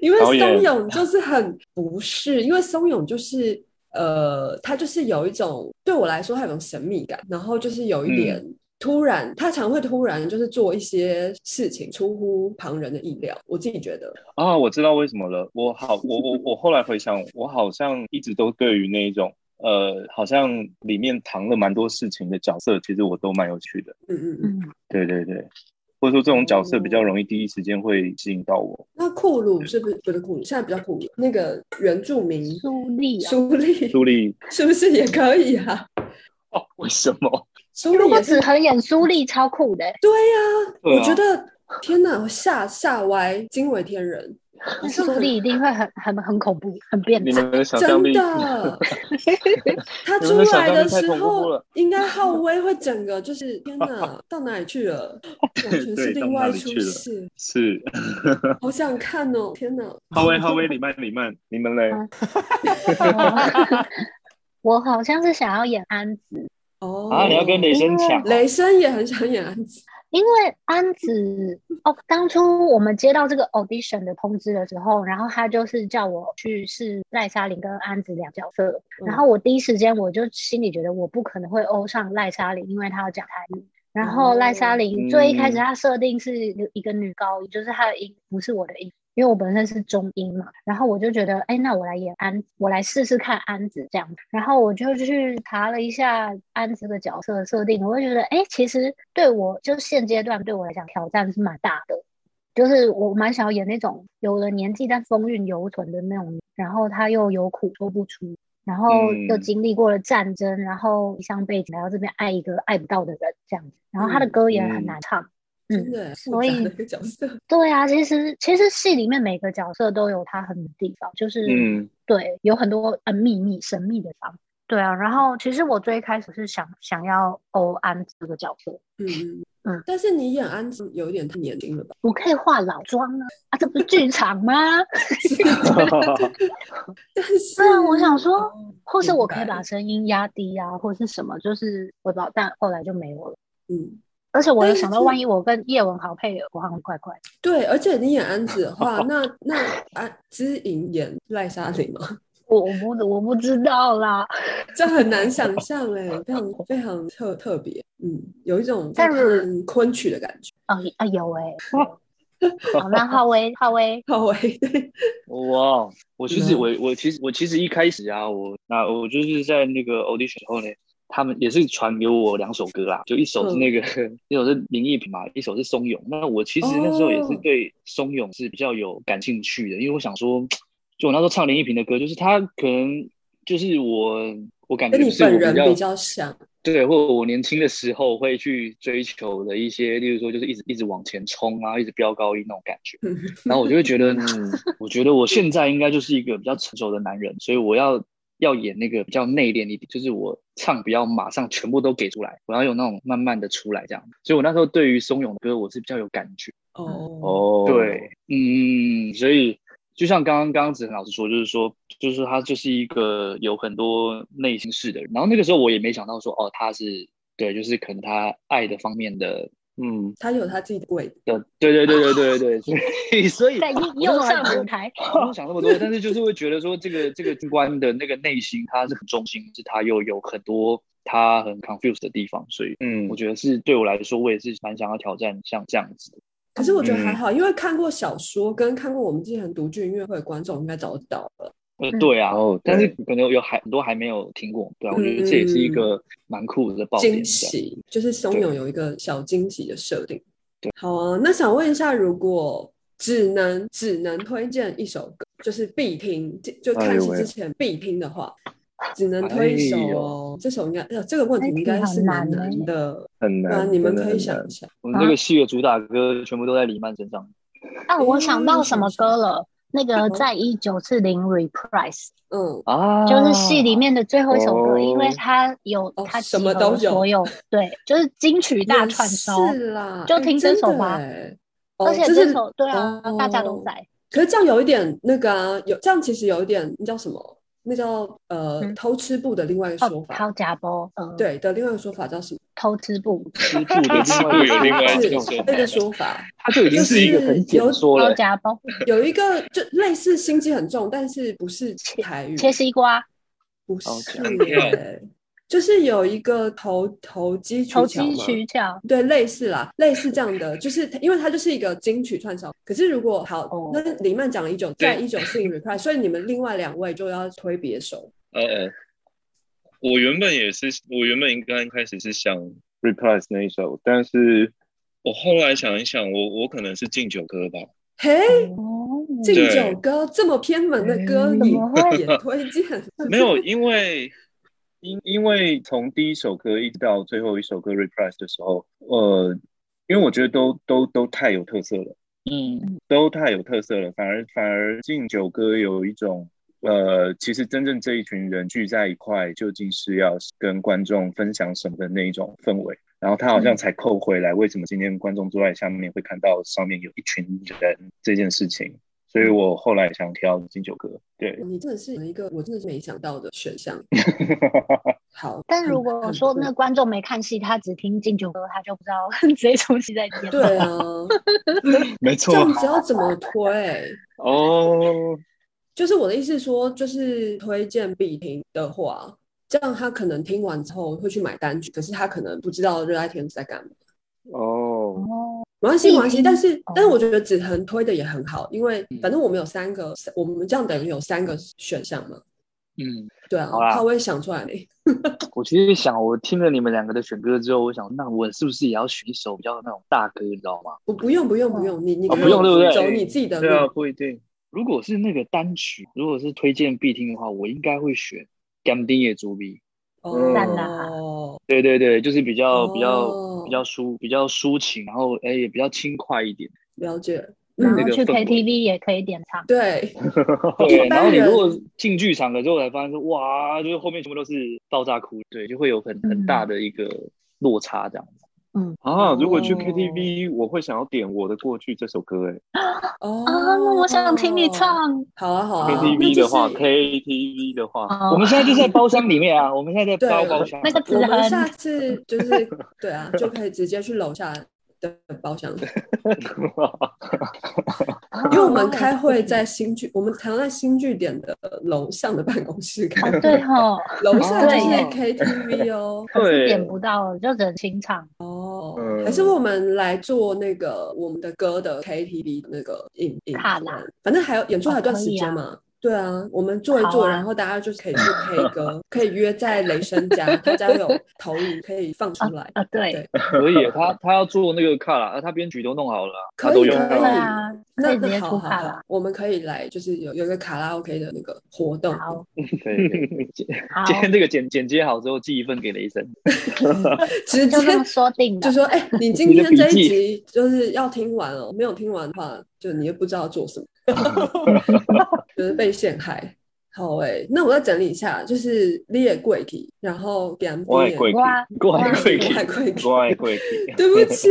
[SPEAKER 6] 因为
[SPEAKER 3] 导
[SPEAKER 6] 松
[SPEAKER 3] 演
[SPEAKER 6] 永就是很不是，因为松永就是呃，他就是有一种对我来说，他有一种神秘感，然后就是
[SPEAKER 3] 嗯
[SPEAKER 6] 有一点突然，他常会突然就是做一些事情出乎旁人的意料，我自己觉得，
[SPEAKER 3] 啊，我知道为什么了。我好，我我我后来回想，我好像一直都对于那一种，呃，好像里面藏了蛮多事情的角色，其实我都蛮有趣的。
[SPEAKER 6] 嗯嗯嗯。
[SPEAKER 4] 嗯，
[SPEAKER 3] 对对对，或者说这种角色比较容易第一时间会吸引到我。
[SPEAKER 6] 那库鲁是不是不是库鲁？现在比较库鲁，那个原住民
[SPEAKER 4] 苏丽啊，
[SPEAKER 6] 苏丽
[SPEAKER 3] 朱莉，
[SPEAKER 6] 是不是也可以啊？
[SPEAKER 3] 哦，为什么？
[SPEAKER 6] 苏丽
[SPEAKER 4] 如果
[SPEAKER 6] 也
[SPEAKER 4] 子
[SPEAKER 6] 是
[SPEAKER 4] 恒演苏丽，超酷的欸。
[SPEAKER 6] 对呀、
[SPEAKER 3] 对
[SPEAKER 6] 我觉
[SPEAKER 3] 啊
[SPEAKER 6] 得天哪，我吓吓歪，惊为天人，
[SPEAKER 4] 那苏丽一定会很很很恐怖，很变
[SPEAKER 3] 你
[SPEAKER 4] 态。
[SPEAKER 3] 们的想象
[SPEAKER 6] 真
[SPEAKER 3] 力，
[SPEAKER 6] 的。他
[SPEAKER 3] 你
[SPEAKER 6] 出
[SPEAKER 3] 们的想
[SPEAKER 6] 来
[SPEAKER 3] 象
[SPEAKER 6] 的
[SPEAKER 3] 力太
[SPEAKER 6] 时
[SPEAKER 3] 恐怖
[SPEAKER 6] 候
[SPEAKER 3] 了，
[SPEAKER 6] 应该浩威会整个就是天哪，到哪里去了？完全是
[SPEAKER 3] 对到
[SPEAKER 6] 另
[SPEAKER 3] 哪
[SPEAKER 6] 外一
[SPEAKER 3] 里
[SPEAKER 6] 出
[SPEAKER 3] 去了
[SPEAKER 6] 戏，
[SPEAKER 3] 是
[SPEAKER 6] 好想看哦！天哪，
[SPEAKER 3] 哈威哈威里曼里曼，你们嘞？
[SPEAKER 4] 嗯 我好像是想要演安子，
[SPEAKER 6] 哦，
[SPEAKER 5] 啊，你要跟雷声抢哦，
[SPEAKER 6] 雷声也很想演安子，
[SPEAKER 4] 因为安子哦，当初我们接到这个 audition 的通知的时候，然后他就是叫我去试赖莎琳跟安子两角色，然后我第一时间我就心里觉得我不可能会欧上赖莎琳，因为她要讲台语。然后赖莎
[SPEAKER 5] 嗯
[SPEAKER 4] 琳最一开始她设定是一个女高音，就是她的音不是我的音，因为我本身是中音嘛。然后我就觉得，哎，那我来演安，我来试试看安子这样。然后我就去查了一下安子的角色的设定，我就觉得，哎，其实对我就现阶段对我来讲挑战是蛮大的。就是我蛮想要演那种有了年纪但风韵犹存的那种，然后她又有苦说不出，然后又
[SPEAKER 5] 嗯
[SPEAKER 4] 经历过了战争，然后离乡背景来到这边爱一个爱不到的人这样子，然后他的歌也很难唱，
[SPEAKER 6] 真
[SPEAKER 4] 嗯，
[SPEAKER 6] 的复
[SPEAKER 4] 所
[SPEAKER 6] 杂
[SPEAKER 4] 以
[SPEAKER 6] 的一个角色，
[SPEAKER 4] 对啊，其实其实戏里面每个角色都有他很的地方，就是
[SPEAKER 5] 嗯
[SPEAKER 4] 对，有很多呃秘密神秘的地方，对啊，然后其实我最开始是想想要欧安这个角色，
[SPEAKER 6] 嗯嗯
[SPEAKER 4] 嗯
[SPEAKER 6] 但是你演安子有一点太年轻了吧？
[SPEAKER 4] 我可以化老妆啊，啊，这不是剧场吗？
[SPEAKER 6] 但是
[SPEAKER 4] 对啊，我想说，或是
[SPEAKER 6] 嗯明
[SPEAKER 4] 我可以
[SPEAKER 6] 白
[SPEAKER 4] 把声音压低啊，或是什么，就是我不知道，但后来就没有了。
[SPEAKER 6] 嗯，
[SPEAKER 4] 而且我
[SPEAKER 6] 但
[SPEAKER 4] 有
[SPEAKER 6] 是
[SPEAKER 4] 想到，
[SPEAKER 6] 这
[SPEAKER 4] 万一我跟叶文豪配，我好像怪怪的。
[SPEAKER 6] 对，而且你演安子的话，那那安知影演赖莎琳吗？
[SPEAKER 4] 我我不我不知道啦，
[SPEAKER 6] 这很难想象哎，非常非常特特别，嗯，有一种在
[SPEAKER 4] 但是
[SPEAKER 6] 看昆曲的感觉。
[SPEAKER 4] 啊啊有哎、好，那浩威浩威，
[SPEAKER 6] 好喂，对
[SPEAKER 5] 哇，我其实
[SPEAKER 6] 嗯
[SPEAKER 5] 我我其实我其实一开始啊，我那我就是在那个 audition 后呢，他们也是传给我两首歌啦，就一首
[SPEAKER 6] 嗯
[SPEAKER 5] 是那个、 一首是林忆萍嘛，一首是松永。那我其实那时候也是
[SPEAKER 6] 哦
[SPEAKER 5] 对松永是比较有感兴趣的，因为我想说，就我那时候唱林忆萍的歌，就是她可能就是我我感觉
[SPEAKER 6] 跟你
[SPEAKER 5] 是
[SPEAKER 6] 本
[SPEAKER 5] 我
[SPEAKER 6] 人
[SPEAKER 5] 比较
[SPEAKER 6] 比较像，
[SPEAKER 5] 对，或者我年轻的时候会去追求的一些，例如说就是一直一直往前冲啊，一直飙高音那种感觉。
[SPEAKER 6] 嗯
[SPEAKER 5] 然后我就会觉得，嗯， 我觉得我现在应该就是一个比较成熟的男人，所以我要要演那个比较内敛一点，就是我唱不要马上全部都给出来，我要有那种慢慢的出来这样。所以我那时候对于松永的歌，我是比较有感觉。
[SPEAKER 6] 哦，
[SPEAKER 3] 哦，
[SPEAKER 5] 对，嗯，所以就像刚刚刚刚子恒老师说，就是说，就是说他就是一个有很多内心事的人。然后那个时候我也没想到说，哦，他是对，就是可能他爱的方面的，嗯
[SPEAKER 6] 他有他自己的味道，
[SPEAKER 5] 的，对对对对对对，所以 所以
[SPEAKER 4] 在 右右上舞台，
[SPEAKER 5] 不用想那么多，但是就是会觉得说，这个这个军官的那个内心，他是很忠心，是他又有很多他很 confused 的地方，所以
[SPEAKER 3] 嗯
[SPEAKER 5] 我，觉得是对我来说，我也是蛮想要挑战像这样子的。
[SPEAKER 6] 可是我觉得还好，因为看过小说跟看过我们之前独剧音乐会的观众应该找得到了。
[SPEAKER 5] 呃，
[SPEAKER 4] 嗯
[SPEAKER 5] 对啊，
[SPEAKER 3] 哦
[SPEAKER 5] 但是
[SPEAKER 3] 对
[SPEAKER 5] 可能有还很多还没有听过，对啊，我觉得这也是一个蛮酷的爆点
[SPEAKER 6] 嗯惊
[SPEAKER 5] 这样。
[SPEAKER 6] 喜，就是松永有一个小惊喜的设定。对，好啊。那想问一下，如果只能只能推荐一首歌，就是必听，就就看戏
[SPEAKER 3] 哎呦喂
[SPEAKER 6] 之前必听的话，只能推一首
[SPEAKER 5] 哎
[SPEAKER 6] 哦。这首应该，呃这个问
[SPEAKER 4] 哎
[SPEAKER 6] 题应该是蛮难
[SPEAKER 4] 欸
[SPEAKER 6] 的。
[SPEAKER 3] 很
[SPEAKER 6] 那
[SPEAKER 3] 难，
[SPEAKER 6] 你们
[SPEAKER 3] 真的
[SPEAKER 6] 可以
[SPEAKER 3] 很
[SPEAKER 6] 想
[SPEAKER 3] 难
[SPEAKER 6] 一下，
[SPEAKER 5] 我们这个戏的主打歌全部都在李曼身上，
[SPEAKER 4] 啊，我想到什
[SPEAKER 6] 嗯
[SPEAKER 4] 么歌了？那
[SPEAKER 6] 什
[SPEAKER 4] 个
[SPEAKER 6] 么
[SPEAKER 4] 在一九四零 reprise，
[SPEAKER 6] 嗯，
[SPEAKER 5] 啊，
[SPEAKER 4] 就是戏里面的最后一首歌，因为
[SPEAKER 3] 哦
[SPEAKER 4] 它有
[SPEAKER 6] 哦
[SPEAKER 4] 它
[SPEAKER 6] 什
[SPEAKER 4] 集
[SPEAKER 6] 么
[SPEAKER 4] 合
[SPEAKER 6] 都
[SPEAKER 4] 了
[SPEAKER 6] 有
[SPEAKER 4] 所有对，就是金曲大串烧，
[SPEAKER 6] 也是啦，
[SPEAKER 4] 就
[SPEAKER 6] 哎
[SPEAKER 4] 听这首吧。
[SPEAKER 6] 真的哎哦
[SPEAKER 4] 而且
[SPEAKER 6] 这
[SPEAKER 4] 这
[SPEAKER 6] 是
[SPEAKER 4] 首对啊，大家都
[SPEAKER 6] 哦
[SPEAKER 4] 在。
[SPEAKER 6] 可是这样有一点那个啊，有这样其实有一点那叫什么？那叫呃
[SPEAKER 4] 嗯
[SPEAKER 6] 偷吃步的另外一个
[SPEAKER 4] 哦
[SPEAKER 6] 说，法，
[SPEAKER 4] 掏假包，呃，，
[SPEAKER 6] 对的另外一个说法叫什么？
[SPEAKER 4] 偷吃布，
[SPEAKER 5] 织布的另外一
[SPEAKER 3] 有另
[SPEAKER 7] 啊
[SPEAKER 3] 外
[SPEAKER 5] 个
[SPEAKER 3] 一
[SPEAKER 5] 说
[SPEAKER 3] 种
[SPEAKER 5] 法
[SPEAKER 6] 是那个说法，
[SPEAKER 5] 它就已经是一个很简缩
[SPEAKER 4] 掏
[SPEAKER 5] 了，欸
[SPEAKER 4] 假包，
[SPEAKER 6] 有一个就类似心机很重，但是不是
[SPEAKER 4] 切
[SPEAKER 6] 台语，
[SPEAKER 4] 切西瓜，
[SPEAKER 6] 不是
[SPEAKER 5] 哦
[SPEAKER 6] 耶，就是有一个投投机取
[SPEAKER 4] 投
[SPEAKER 6] 巧
[SPEAKER 4] 机
[SPEAKER 6] 嘛
[SPEAKER 4] 取巧，
[SPEAKER 6] 对，类似啦，类似这样的，就是因为它就是一个金曲串烧。可是如果好
[SPEAKER 4] 哦，
[SPEAKER 6] 那李曼讲了一九，在
[SPEAKER 5] 对
[SPEAKER 6] 一九四零 reprise，所以你们另外两位就要推别首。
[SPEAKER 7] 哦哦，我原本也是，我原本应该一开始是想，
[SPEAKER 3] reprise 那一首，但是
[SPEAKER 7] 我后来想一想，我我可能是敬酒歌吧。
[SPEAKER 6] 嘿，
[SPEAKER 4] 哦，
[SPEAKER 6] 敬
[SPEAKER 7] 对
[SPEAKER 6] 酒歌这么偏门的歌，
[SPEAKER 4] 嗯怎
[SPEAKER 6] 你
[SPEAKER 4] 么会
[SPEAKER 6] 也推荐？
[SPEAKER 7] 没有，因为因因为从第一首歌一直到最后一首歌 reprise 的时候，呃，因为我觉得都都都太有特色了，
[SPEAKER 5] 嗯，
[SPEAKER 7] 都太有特色了，反而反而敬酒歌有一种。呃，其实真正这一群人聚在一块，究竟是要跟观众分享什么的那一种氛围，然后他好像才扣回来，为什么今天观众坐在下面会看到上面有一群人这件事情，所以我后来想挑敬酒歌，对，
[SPEAKER 6] 你真的是一个我真的是没想到的 选项。好，
[SPEAKER 4] 但
[SPEAKER 6] 很
[SPEAKER 4] 如果
[SPEAKER 6] 很
[SPEAKER 4] 说
[SPEAKER 6] 酷
[SPEAKER 4] 那观众没看戏，他只听敬酒歌，他就不知道 这一出戏在演。
[SPEAKER 6] 对 啊，
[SPEAKER 3] 没
[SPEAKER 6] 这
[SPEAKER 3] 错
[SPEAKER 6] 样子要怎么推？
[SPEAKER 3] 哦，
[SPEAKER 6] 就是我的意思是说，就是推荐必听的话，这样他可能听完之后会去买单曲，可是他可能不知道热爱天使在干嘛。
[SPEAKER 3] 哦，
[SPEAKER 4] 哦，
[SPEAKER 6] 没关系，没关
[SPEAKER 4] 已
[SPEAKER 5] 嗯
[SPEAKER 6] 系。
[SPEAKER 4] 经
[SPEAKER 6] 但是
[SPEAKER 4] 哦，
[SPEAKER 6] 但是我觉得紫藤推的也很好，因为反正我们有三个，我们这样等于有三个选项嘛。
[SPEAKER 5] 嗯，
[SPEAKER 6] 对啊
[SPEAKER 5] 好，啦
[SPEAKER 6] 他会想出来嘞。
[SPEAKER 5] 我其实想，我听了你们两个的选歌之后，我想，那我是不是也要选一首比较那种大歌，你知道吗？
[SPEAKER 6] 我不用，不用，不用，你你
[SPEAKER 5] 哦
[SPEAKER 6] 给
[SPEAKER 5] 不用
[SPEAKER 6] 我
[SPEAKER 5] 对不对
[SPEAKER 6] 走你自己的
[SPEAKER 7] 对啊，
[SPEAKER 6] 路。
[SPEAKER 7] 不一定。
[SPEAKER 5] 如果是那个单曲，如果是推荐必听的话，我应该会选《甘丁野猪鼻》。
[SPEAKER 4] 赞啊
[SPEAKER 6] 哦，
[SPEAKER 5] 对对对，就是比较比较
[SPEAKER 6] 哦
[SPEAKER 5] 比较抒比较抒情，然后哎也比较轻快一点。
[SPEAKER 6] 了解。
[SPEAKER 4] 然后
[SPEAKER 5] 那个
[SPEAKER 4] 去
[SPEAKER 5] 氛围
[SPEAKER 4] KTV 也可以点唱，
[SPEAKER 6] 对，
[SPEAKER 5] 对，然后你
[SPEAKER 6] 一般人
[SPEAKER 5] 如果进剧场了之后，才发现说哇，就是后面全部都是爆炸哭，对，就会有很很大的一个落差这样子。
[SPEAKER 7] 啊，如果去
[SPEAKER 6] 哦
[SPEAKER 7] KTV，我会想要点《我的过去》这首歌，哎
[SPEAKER 6] 哦，
[SPEAKER 4] 啊，我想听你。唱。
[SPEAKER 6] 好啊，好啊。那
[SPEAKER 7] ，KTV
[SPEAKER 6] 就
[SPEAKER 7] 的话
[SPEAKER 6] 是啊
[SPEAKER 7] ，KTV 的话，
[SPEAKER 4] 哦
[SPEAKER 5] 我们现在就是在包厢里面啊，我们现在在
[SPEAKER 6] 对
[SPEAKER 5] 包包厢。
[SPEAKER 4] 那个
[SPEAKER 6] 我
[SPEAKER 4] 子
[SPEAKER 6] 们
[SPEAKER 4] 恒
[SPEAKER 6] 下次就是 对啊，就可以直接去楼下的包厢，
[SPEAKER 4] 哦
[SPEAKER 6] 因为我们开会在新据，我们常在新据点的楼上的办公室开
[SPEAKER 4] 哦，，对吼，
[SPEAKER 6] 楼下就是
[SPEAKER 4] 哦
[SPEAKER 6] KTV 哦。
[SPEAKER 4] 可是
[SPEAKER 7] 对
[SPEAKER 4] 点不到，就只能清唱。
[SPEAKER 6] 哦，
[SPEAKER 7] 嗯
[SPEAKER 6] 还是我们来做那个我们的歌的 KTV 那个影影
[SPEAKER 4] 卡拉，
[SPEAKER 6] 反正还有演出还有段时间
[SPEAKER 4] 哦
[SPEAKER 6] 嘛。对啊，我们做一做，
[SPEAKER 4] 好啊
[SPEAKER 6] 然后大家就是可以去 K 歌，可以约在雷声家，他家有投影可以放 出来。
[SPEAKER 4] 啊，对，
[SPEAKER 6] 对，
[SPEAKER 5] 可以，他他要做那个卡拉，啊他编曲都弄好了啊，他
[SPEAKER 6] 可
[SPEAKER 5] 都
[SPEAKER 6] 以
[SPEAKER 5] 用
[SPEAKER 6] 可
[SPEAKER 5] 好
[SPEAKER 4] 对
[SPEAKER 5] 了
[SPEAKER 6] 以
[SPEAKER 4] 啊，可
[SPEAKER 6] 那
[SPEAKER 4] 以直接
[SPEAKER 6] 那好
[SPEAKER 4] 出
[SPEAKER 6] 好
[SPEAKER 4] 卡拉
[SPEAKER 6] 好。，我们可以来，就是有有一个卡拉 OK 的那个活动。
[SPEAKER 4] 好，
[SPEAKER 5] 对对对今
[SPEAKER 4] 好，
[SPEAKER 5] 今天这个剪剪接好之后，寄一份给雷神。
[SPEAKER 6] 直接
[SPEAKER 4] 就这么说定
[SPEAKER 6] 就
[SPEAKER 4] 了。
[SPEAKER 6] 说，哎、你今
[SPEAKER 5] 你的
[SPEAKER 6] 天这
[SPEAKER 5] 笔
[SPEAKER 6] 一
[SPEAKER 5] 记
[SPEAKER 6] 集就是要听完哦，没有听完的话，就你就不知道做什么， 就是被陷害。好哎、那我再整理一下，就是你也贵体，然后给他们
[SPEAKER 7] 我也贵体，
[SPEAKER 4] 哇，
[SPEAKER 5] 过来
[SPEAKER 4] 哇
[SPEAKER 5] 跪
[SPEAKER 6] 我
[SPEAKER 5] 体
[SPEAKER 6] 还贵体，
[SPEAKER 7] 我也贵体。
[SPEAKER 6] 对不 起，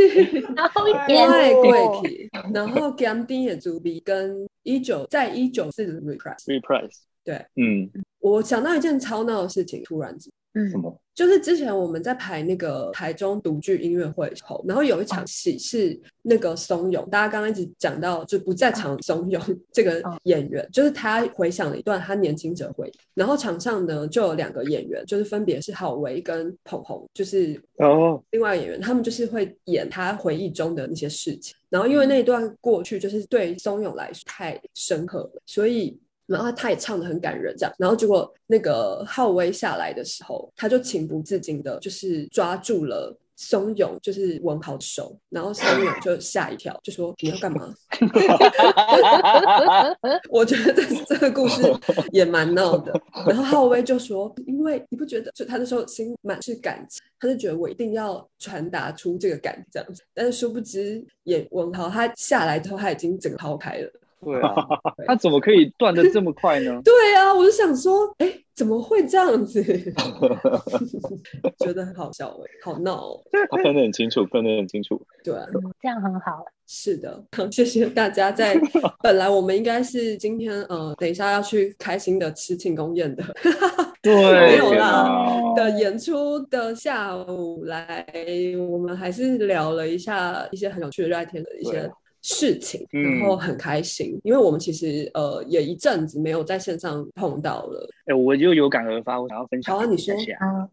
[SPEAKER 4] 然后一
[SPEAKER 6] 我
[SPEAKER 4] 点
[SPEAKER 6] 还
[SPEAKER 2] 哦
[SPEAKER 6] 贵体，然后给他们丁也足鼻跟一九在一九四 repress。
[SPEAKER 5] reprise，
[SPEAKER 7] 嗯，
[SPEAKER 6] 我想到一件超闹的事情，突然之间。
[SPEAKER 4] 嗯
[SPEAKER 7] 什么？
[SPEAKER 6] 就是之前我们在排那个台中独剧音乐会后，然后有一场戏是那个松永，大家刚刚一直讲到就不在场松永 这个演员，就是他回想了一段他年轻时的回忆，然后场上呢就有两个演员，就是分别是郝维跟捧红，就是
[SPEAKER 7] 哦，
[SPEAKER 6] 另外演员，他们就是会演他回忆中的那些事情。然后因为那一段过去就是对松永来说太深刻了，所以然后他也唱的很感人，这样。然后结果那个浩威下来的时候，他就情不自禁的，就是抓住了。松永就是文豪的手，然后松永就吓一跳，就说你要干嘛？我觉得这个故事也蛮闹的。然后浩威就说，因为你不觉得，就他那时候心满是感激，他就觉得我一定要传达出这个感这样子。但是殊不知，演文豪他下来之后，他已经整个抛开了。
[SPEAKER 5] 对啊，他怎么可以断的这么快呢？
[SPEAKER 6] 对啊，我就想说，哎、怎么会这样子？ 觉得很好笑哎、好闹、哦。
[SPEAKER 7] 他分得很清楚，分得很清楚。
[SPEAKER 6] 对啊，
[SPEAKER 4] 嗯这样很好。
[SPEAKER 6] 是的，好谢谢大家在。本来我们应该是今天呃，等一下要去开心的吃庆功宴的 没
[SPEAKER 5] 对
[SPEAKER 6] 有啦
[SPEAKER 4] 哦
[SPEAKER 6] 的演出的下午来，我们还是聊了一下一些很有趣的热爱天的一些
[SPEAKER 5] 对。
[SPEAKER 6] 事情，
[SPEAKER 7] 嗯
[SPEAKER 6] 然后很开心，因为我们其实呃也一阵子没有在线上碰到了。
[SPEAKER 5] 哎、我就有感而发，我想要分享
[SPEAKER 6] 好啊
[SPEAKER 5] 给
[SPEAKER 6] 你说
[SPEAKER 5] 大家
[SPEAKER 4] 嗯，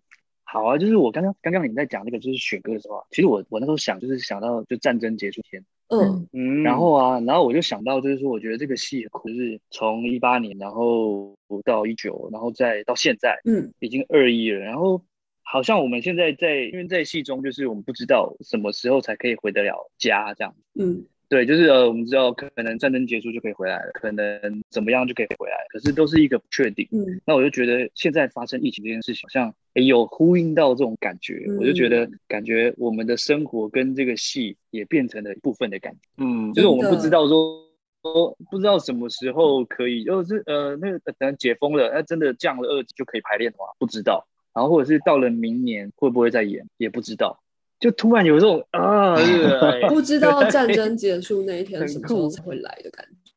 [SPEAKER 5] 好啊，就是我刚刚刚刚你们在讲那个就是选歌的时候啊，其实我我那时候想就是想到就战争结束前，
[SPEAKER 6] 嗯
[SPEAKER 7] 嗯，
[SPEAKER 5] 然后啊，然后我就想到就是说，我觉得这个戏很酷，就是从一八年，然后到一九，然后再到现在，
[SPEAKER 6] 嗯，
[SPEAKER 5] 已经二一了，然后好像我们现在在因为在戏中就是我们不知道什么时候才可以回得了家这样。
[SPEAKER 6] 嗯
[SPEAKER 5] 对，就是呃，我们知道可能战争结束就可以回来了，可能怎么样就可以回来了，可是都是一个不确定。
[SPEAKER 6] 嗯
[SPEAKER 5] 那我就觉得现在发生疫情这件事情，好像也有呼应到这种感觉，
[SPEAKER 6] 嗯
[SPEAKER 5] 我就觉得感觉我们的生活跟这个戏也变成了一部分的感觉，
[SPEAKER 7] 嗯，
[SPEAKER 5] 就是我们
[SPEAKER 6] 真的
[SPEAKER 5] 不知道说。说不知道什么时候可以，就是呃，那个呃等解封了，那、真的降了二级就可以排练的话，不知道。然后或者是到了明年会不会再演，也不知道。就突然有这种啊，这个哎
[SPEAKER 6] 嗯不知道战争结束那一天
[SPEAKER 5] 很
[SPEAKER 6] 什么时候
[SPEAKER 5] 酷
[SPEAKER 6] 才会来的感觉。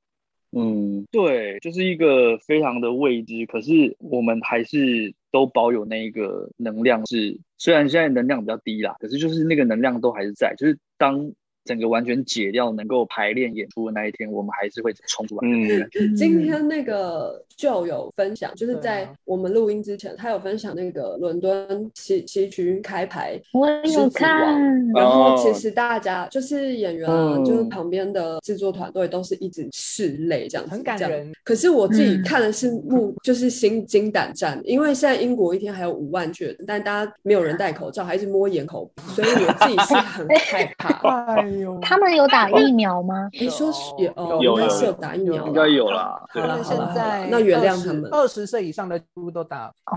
[SPEAKER 7] 嗯，
[SPEAKER 5] 对，就是一个非常的未知，可是我们还是都保有那一个能量是，虽然现在能量比较低啦，可是就是那个能量都还是在，就是当整个完全解掉，能够排练演出的那一天，我们还是会冲出来。
[SPEAKER 3] 嗯，
[SPEAKER 6] 今天那个就有分享，就是
[SPEAKER 2] 对啊
[SPEAKER 6] 在我们录音之前，他有分享那个伦敦西西区开牌
[SPEAKER 4] 我有看，
[SPEAKER 6] 然后其
[SPEAKER 3] 哦
[SPEAKER 6] 实大家就是演员啊，
[SPEAKER 3] 嗯
[SPEAKER 6] 就是旁边的制作团队都是一直拭泪这样子，
[SPEAKER 2] 很感
[SPEAKER 6] 这样
[SPEAKER 2] 人。
[SPEAKER 6] 可是我自己
[SPEAKER 4] 嗯
[SPEAKER 6] 看的是目，就是心惊胆战，因为现在英国一天还有五万确诊，但大家没有人戴口罩，还一直摸眼口鼻，所以我自己是很害 怕。
[SPEAKER 2] 哎呦，
[SPEAKER 4] 他们有打疫苗吗？
[SPEAKER 6] 你说是也哦，
[SPEAKER 3] 有
[SPEAKER 6] 应该
[SPEAKER 3] 有
[SPEAKER 6] 是有打疫苗吧，
[SPEAKER 5] 应该有啦，
[SPEAKER 2] 好
[SPEAKER 5] 对
[SPEAKER 2] 了
[SPEAKER 5] 啊
[SPEAKER 2] 好了，
[SPEAKER 6] 现在那原谅他们
[SPEAKER 2] 二十岁以上的几乎都 打。
[SPEAKER 4] 哦，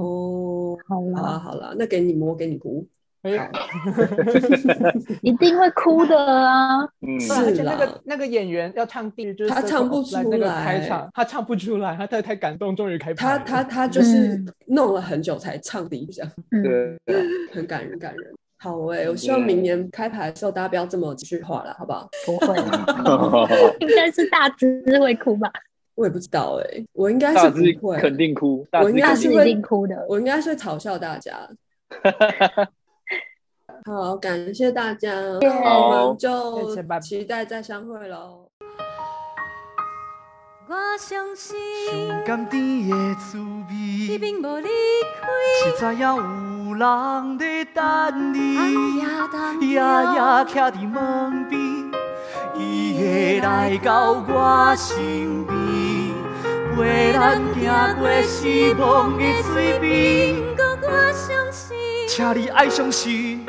[SPEAKER 6] 哦。
[SPEAKER 4] 好
[SPEAKER 6] 好啦
[SPEAKER 4] 了，
[SPEAKER 6] 好啦，那给你摸，给你哭。
[SPEAKER 2] 哎
[SPEAKER 6] 好
[SPEAKER 4] 一定会哭的啊！
[SPEAKER 3] 嗯
[SPEAKER 2] 对，而且
[SPEAKER 6] 是
[SPEAKER 2] 那
[SPEAKER 6] 啦
[SPEAKER 2] 个那个演员要唱第，就是
[SPEAKER 6] 他唱不
[SPEAKER 2] 那
[SPEAKER 6] 出
[SPEAKER 2] 个
[SPEAKER 6] 来
[SPEAKER 2] 开场，他唱不出来，他太太感动，终于开拍
[SPEAKER 6] 他
[SPEAKER 2] 了。
[SPEAKER 6] 他他就是
[SPEAKER 4] 嗯
[SPEAKER 6] 弄了很久才唱第一这样。
[SPEAKER 4] 嗯，
[SPEAKER 5] 对，
[SPEAKER 6] 很感人，感人。好诶、我希望明年开牌的时候大家不要这么情绪化了，好不好？
[SPEAKER 4] 不会，应该是大只会哭吧？
[SPEAKER 6] 我也不知道诶、我应该
[SPEAKER 5] 大
[SPEAKER 6] 是
[SPEAKER 5] 致
[SPEAKER 6] 不会，
[SPEAKER 5] 肯，定哭，大
[SPEAKER 6] 我
[SPEAKER 5] 致
[SPEAKER 6] 应该
[SPEAKER 4] 大
[SPEAKER 5] 肯
[SPEAKER 4] 只
[SPEAKER 5] 定
[SPEAKER 6] 是
[SPEAKER 5] 哭
[SPEAKER 4] 一定哭的。
[SPEAKER 6] 我应该是会嘲笑大家。好，感谢大家，那我
[SPEAKER 5] 好
[SPEAKER 6] 们就
[SPEAKER 2] 谢谢拜拜
[SPEAKER 6] 期待再相会喽。
[SPEAKER 1] 我相信
[SPEAKER 8] 伤甘甜的滋
[SPEAKER 1] 你
[SPEAKER 8] 味，
[SPEAKER 1] 并无离开，
[SPEAKER 8] 实在还有人在等你，
[SPEAKER 1] 暗
[SPEAKER 8] 夜
[SPEAKER 1] 夜
[SPEAKER 8] 夜
[SPEAKER 1] 当中，
[SPEAKER 8] 徛伫门边，伊会来到我身边，陪咱行过失望的水边。
[SPEAKER 1] 不过我相信，
[SPEAKER 8] 请你爱相信，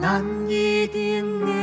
[SPEAKER 8] 咱
[SPEAKER 1] 咱一定会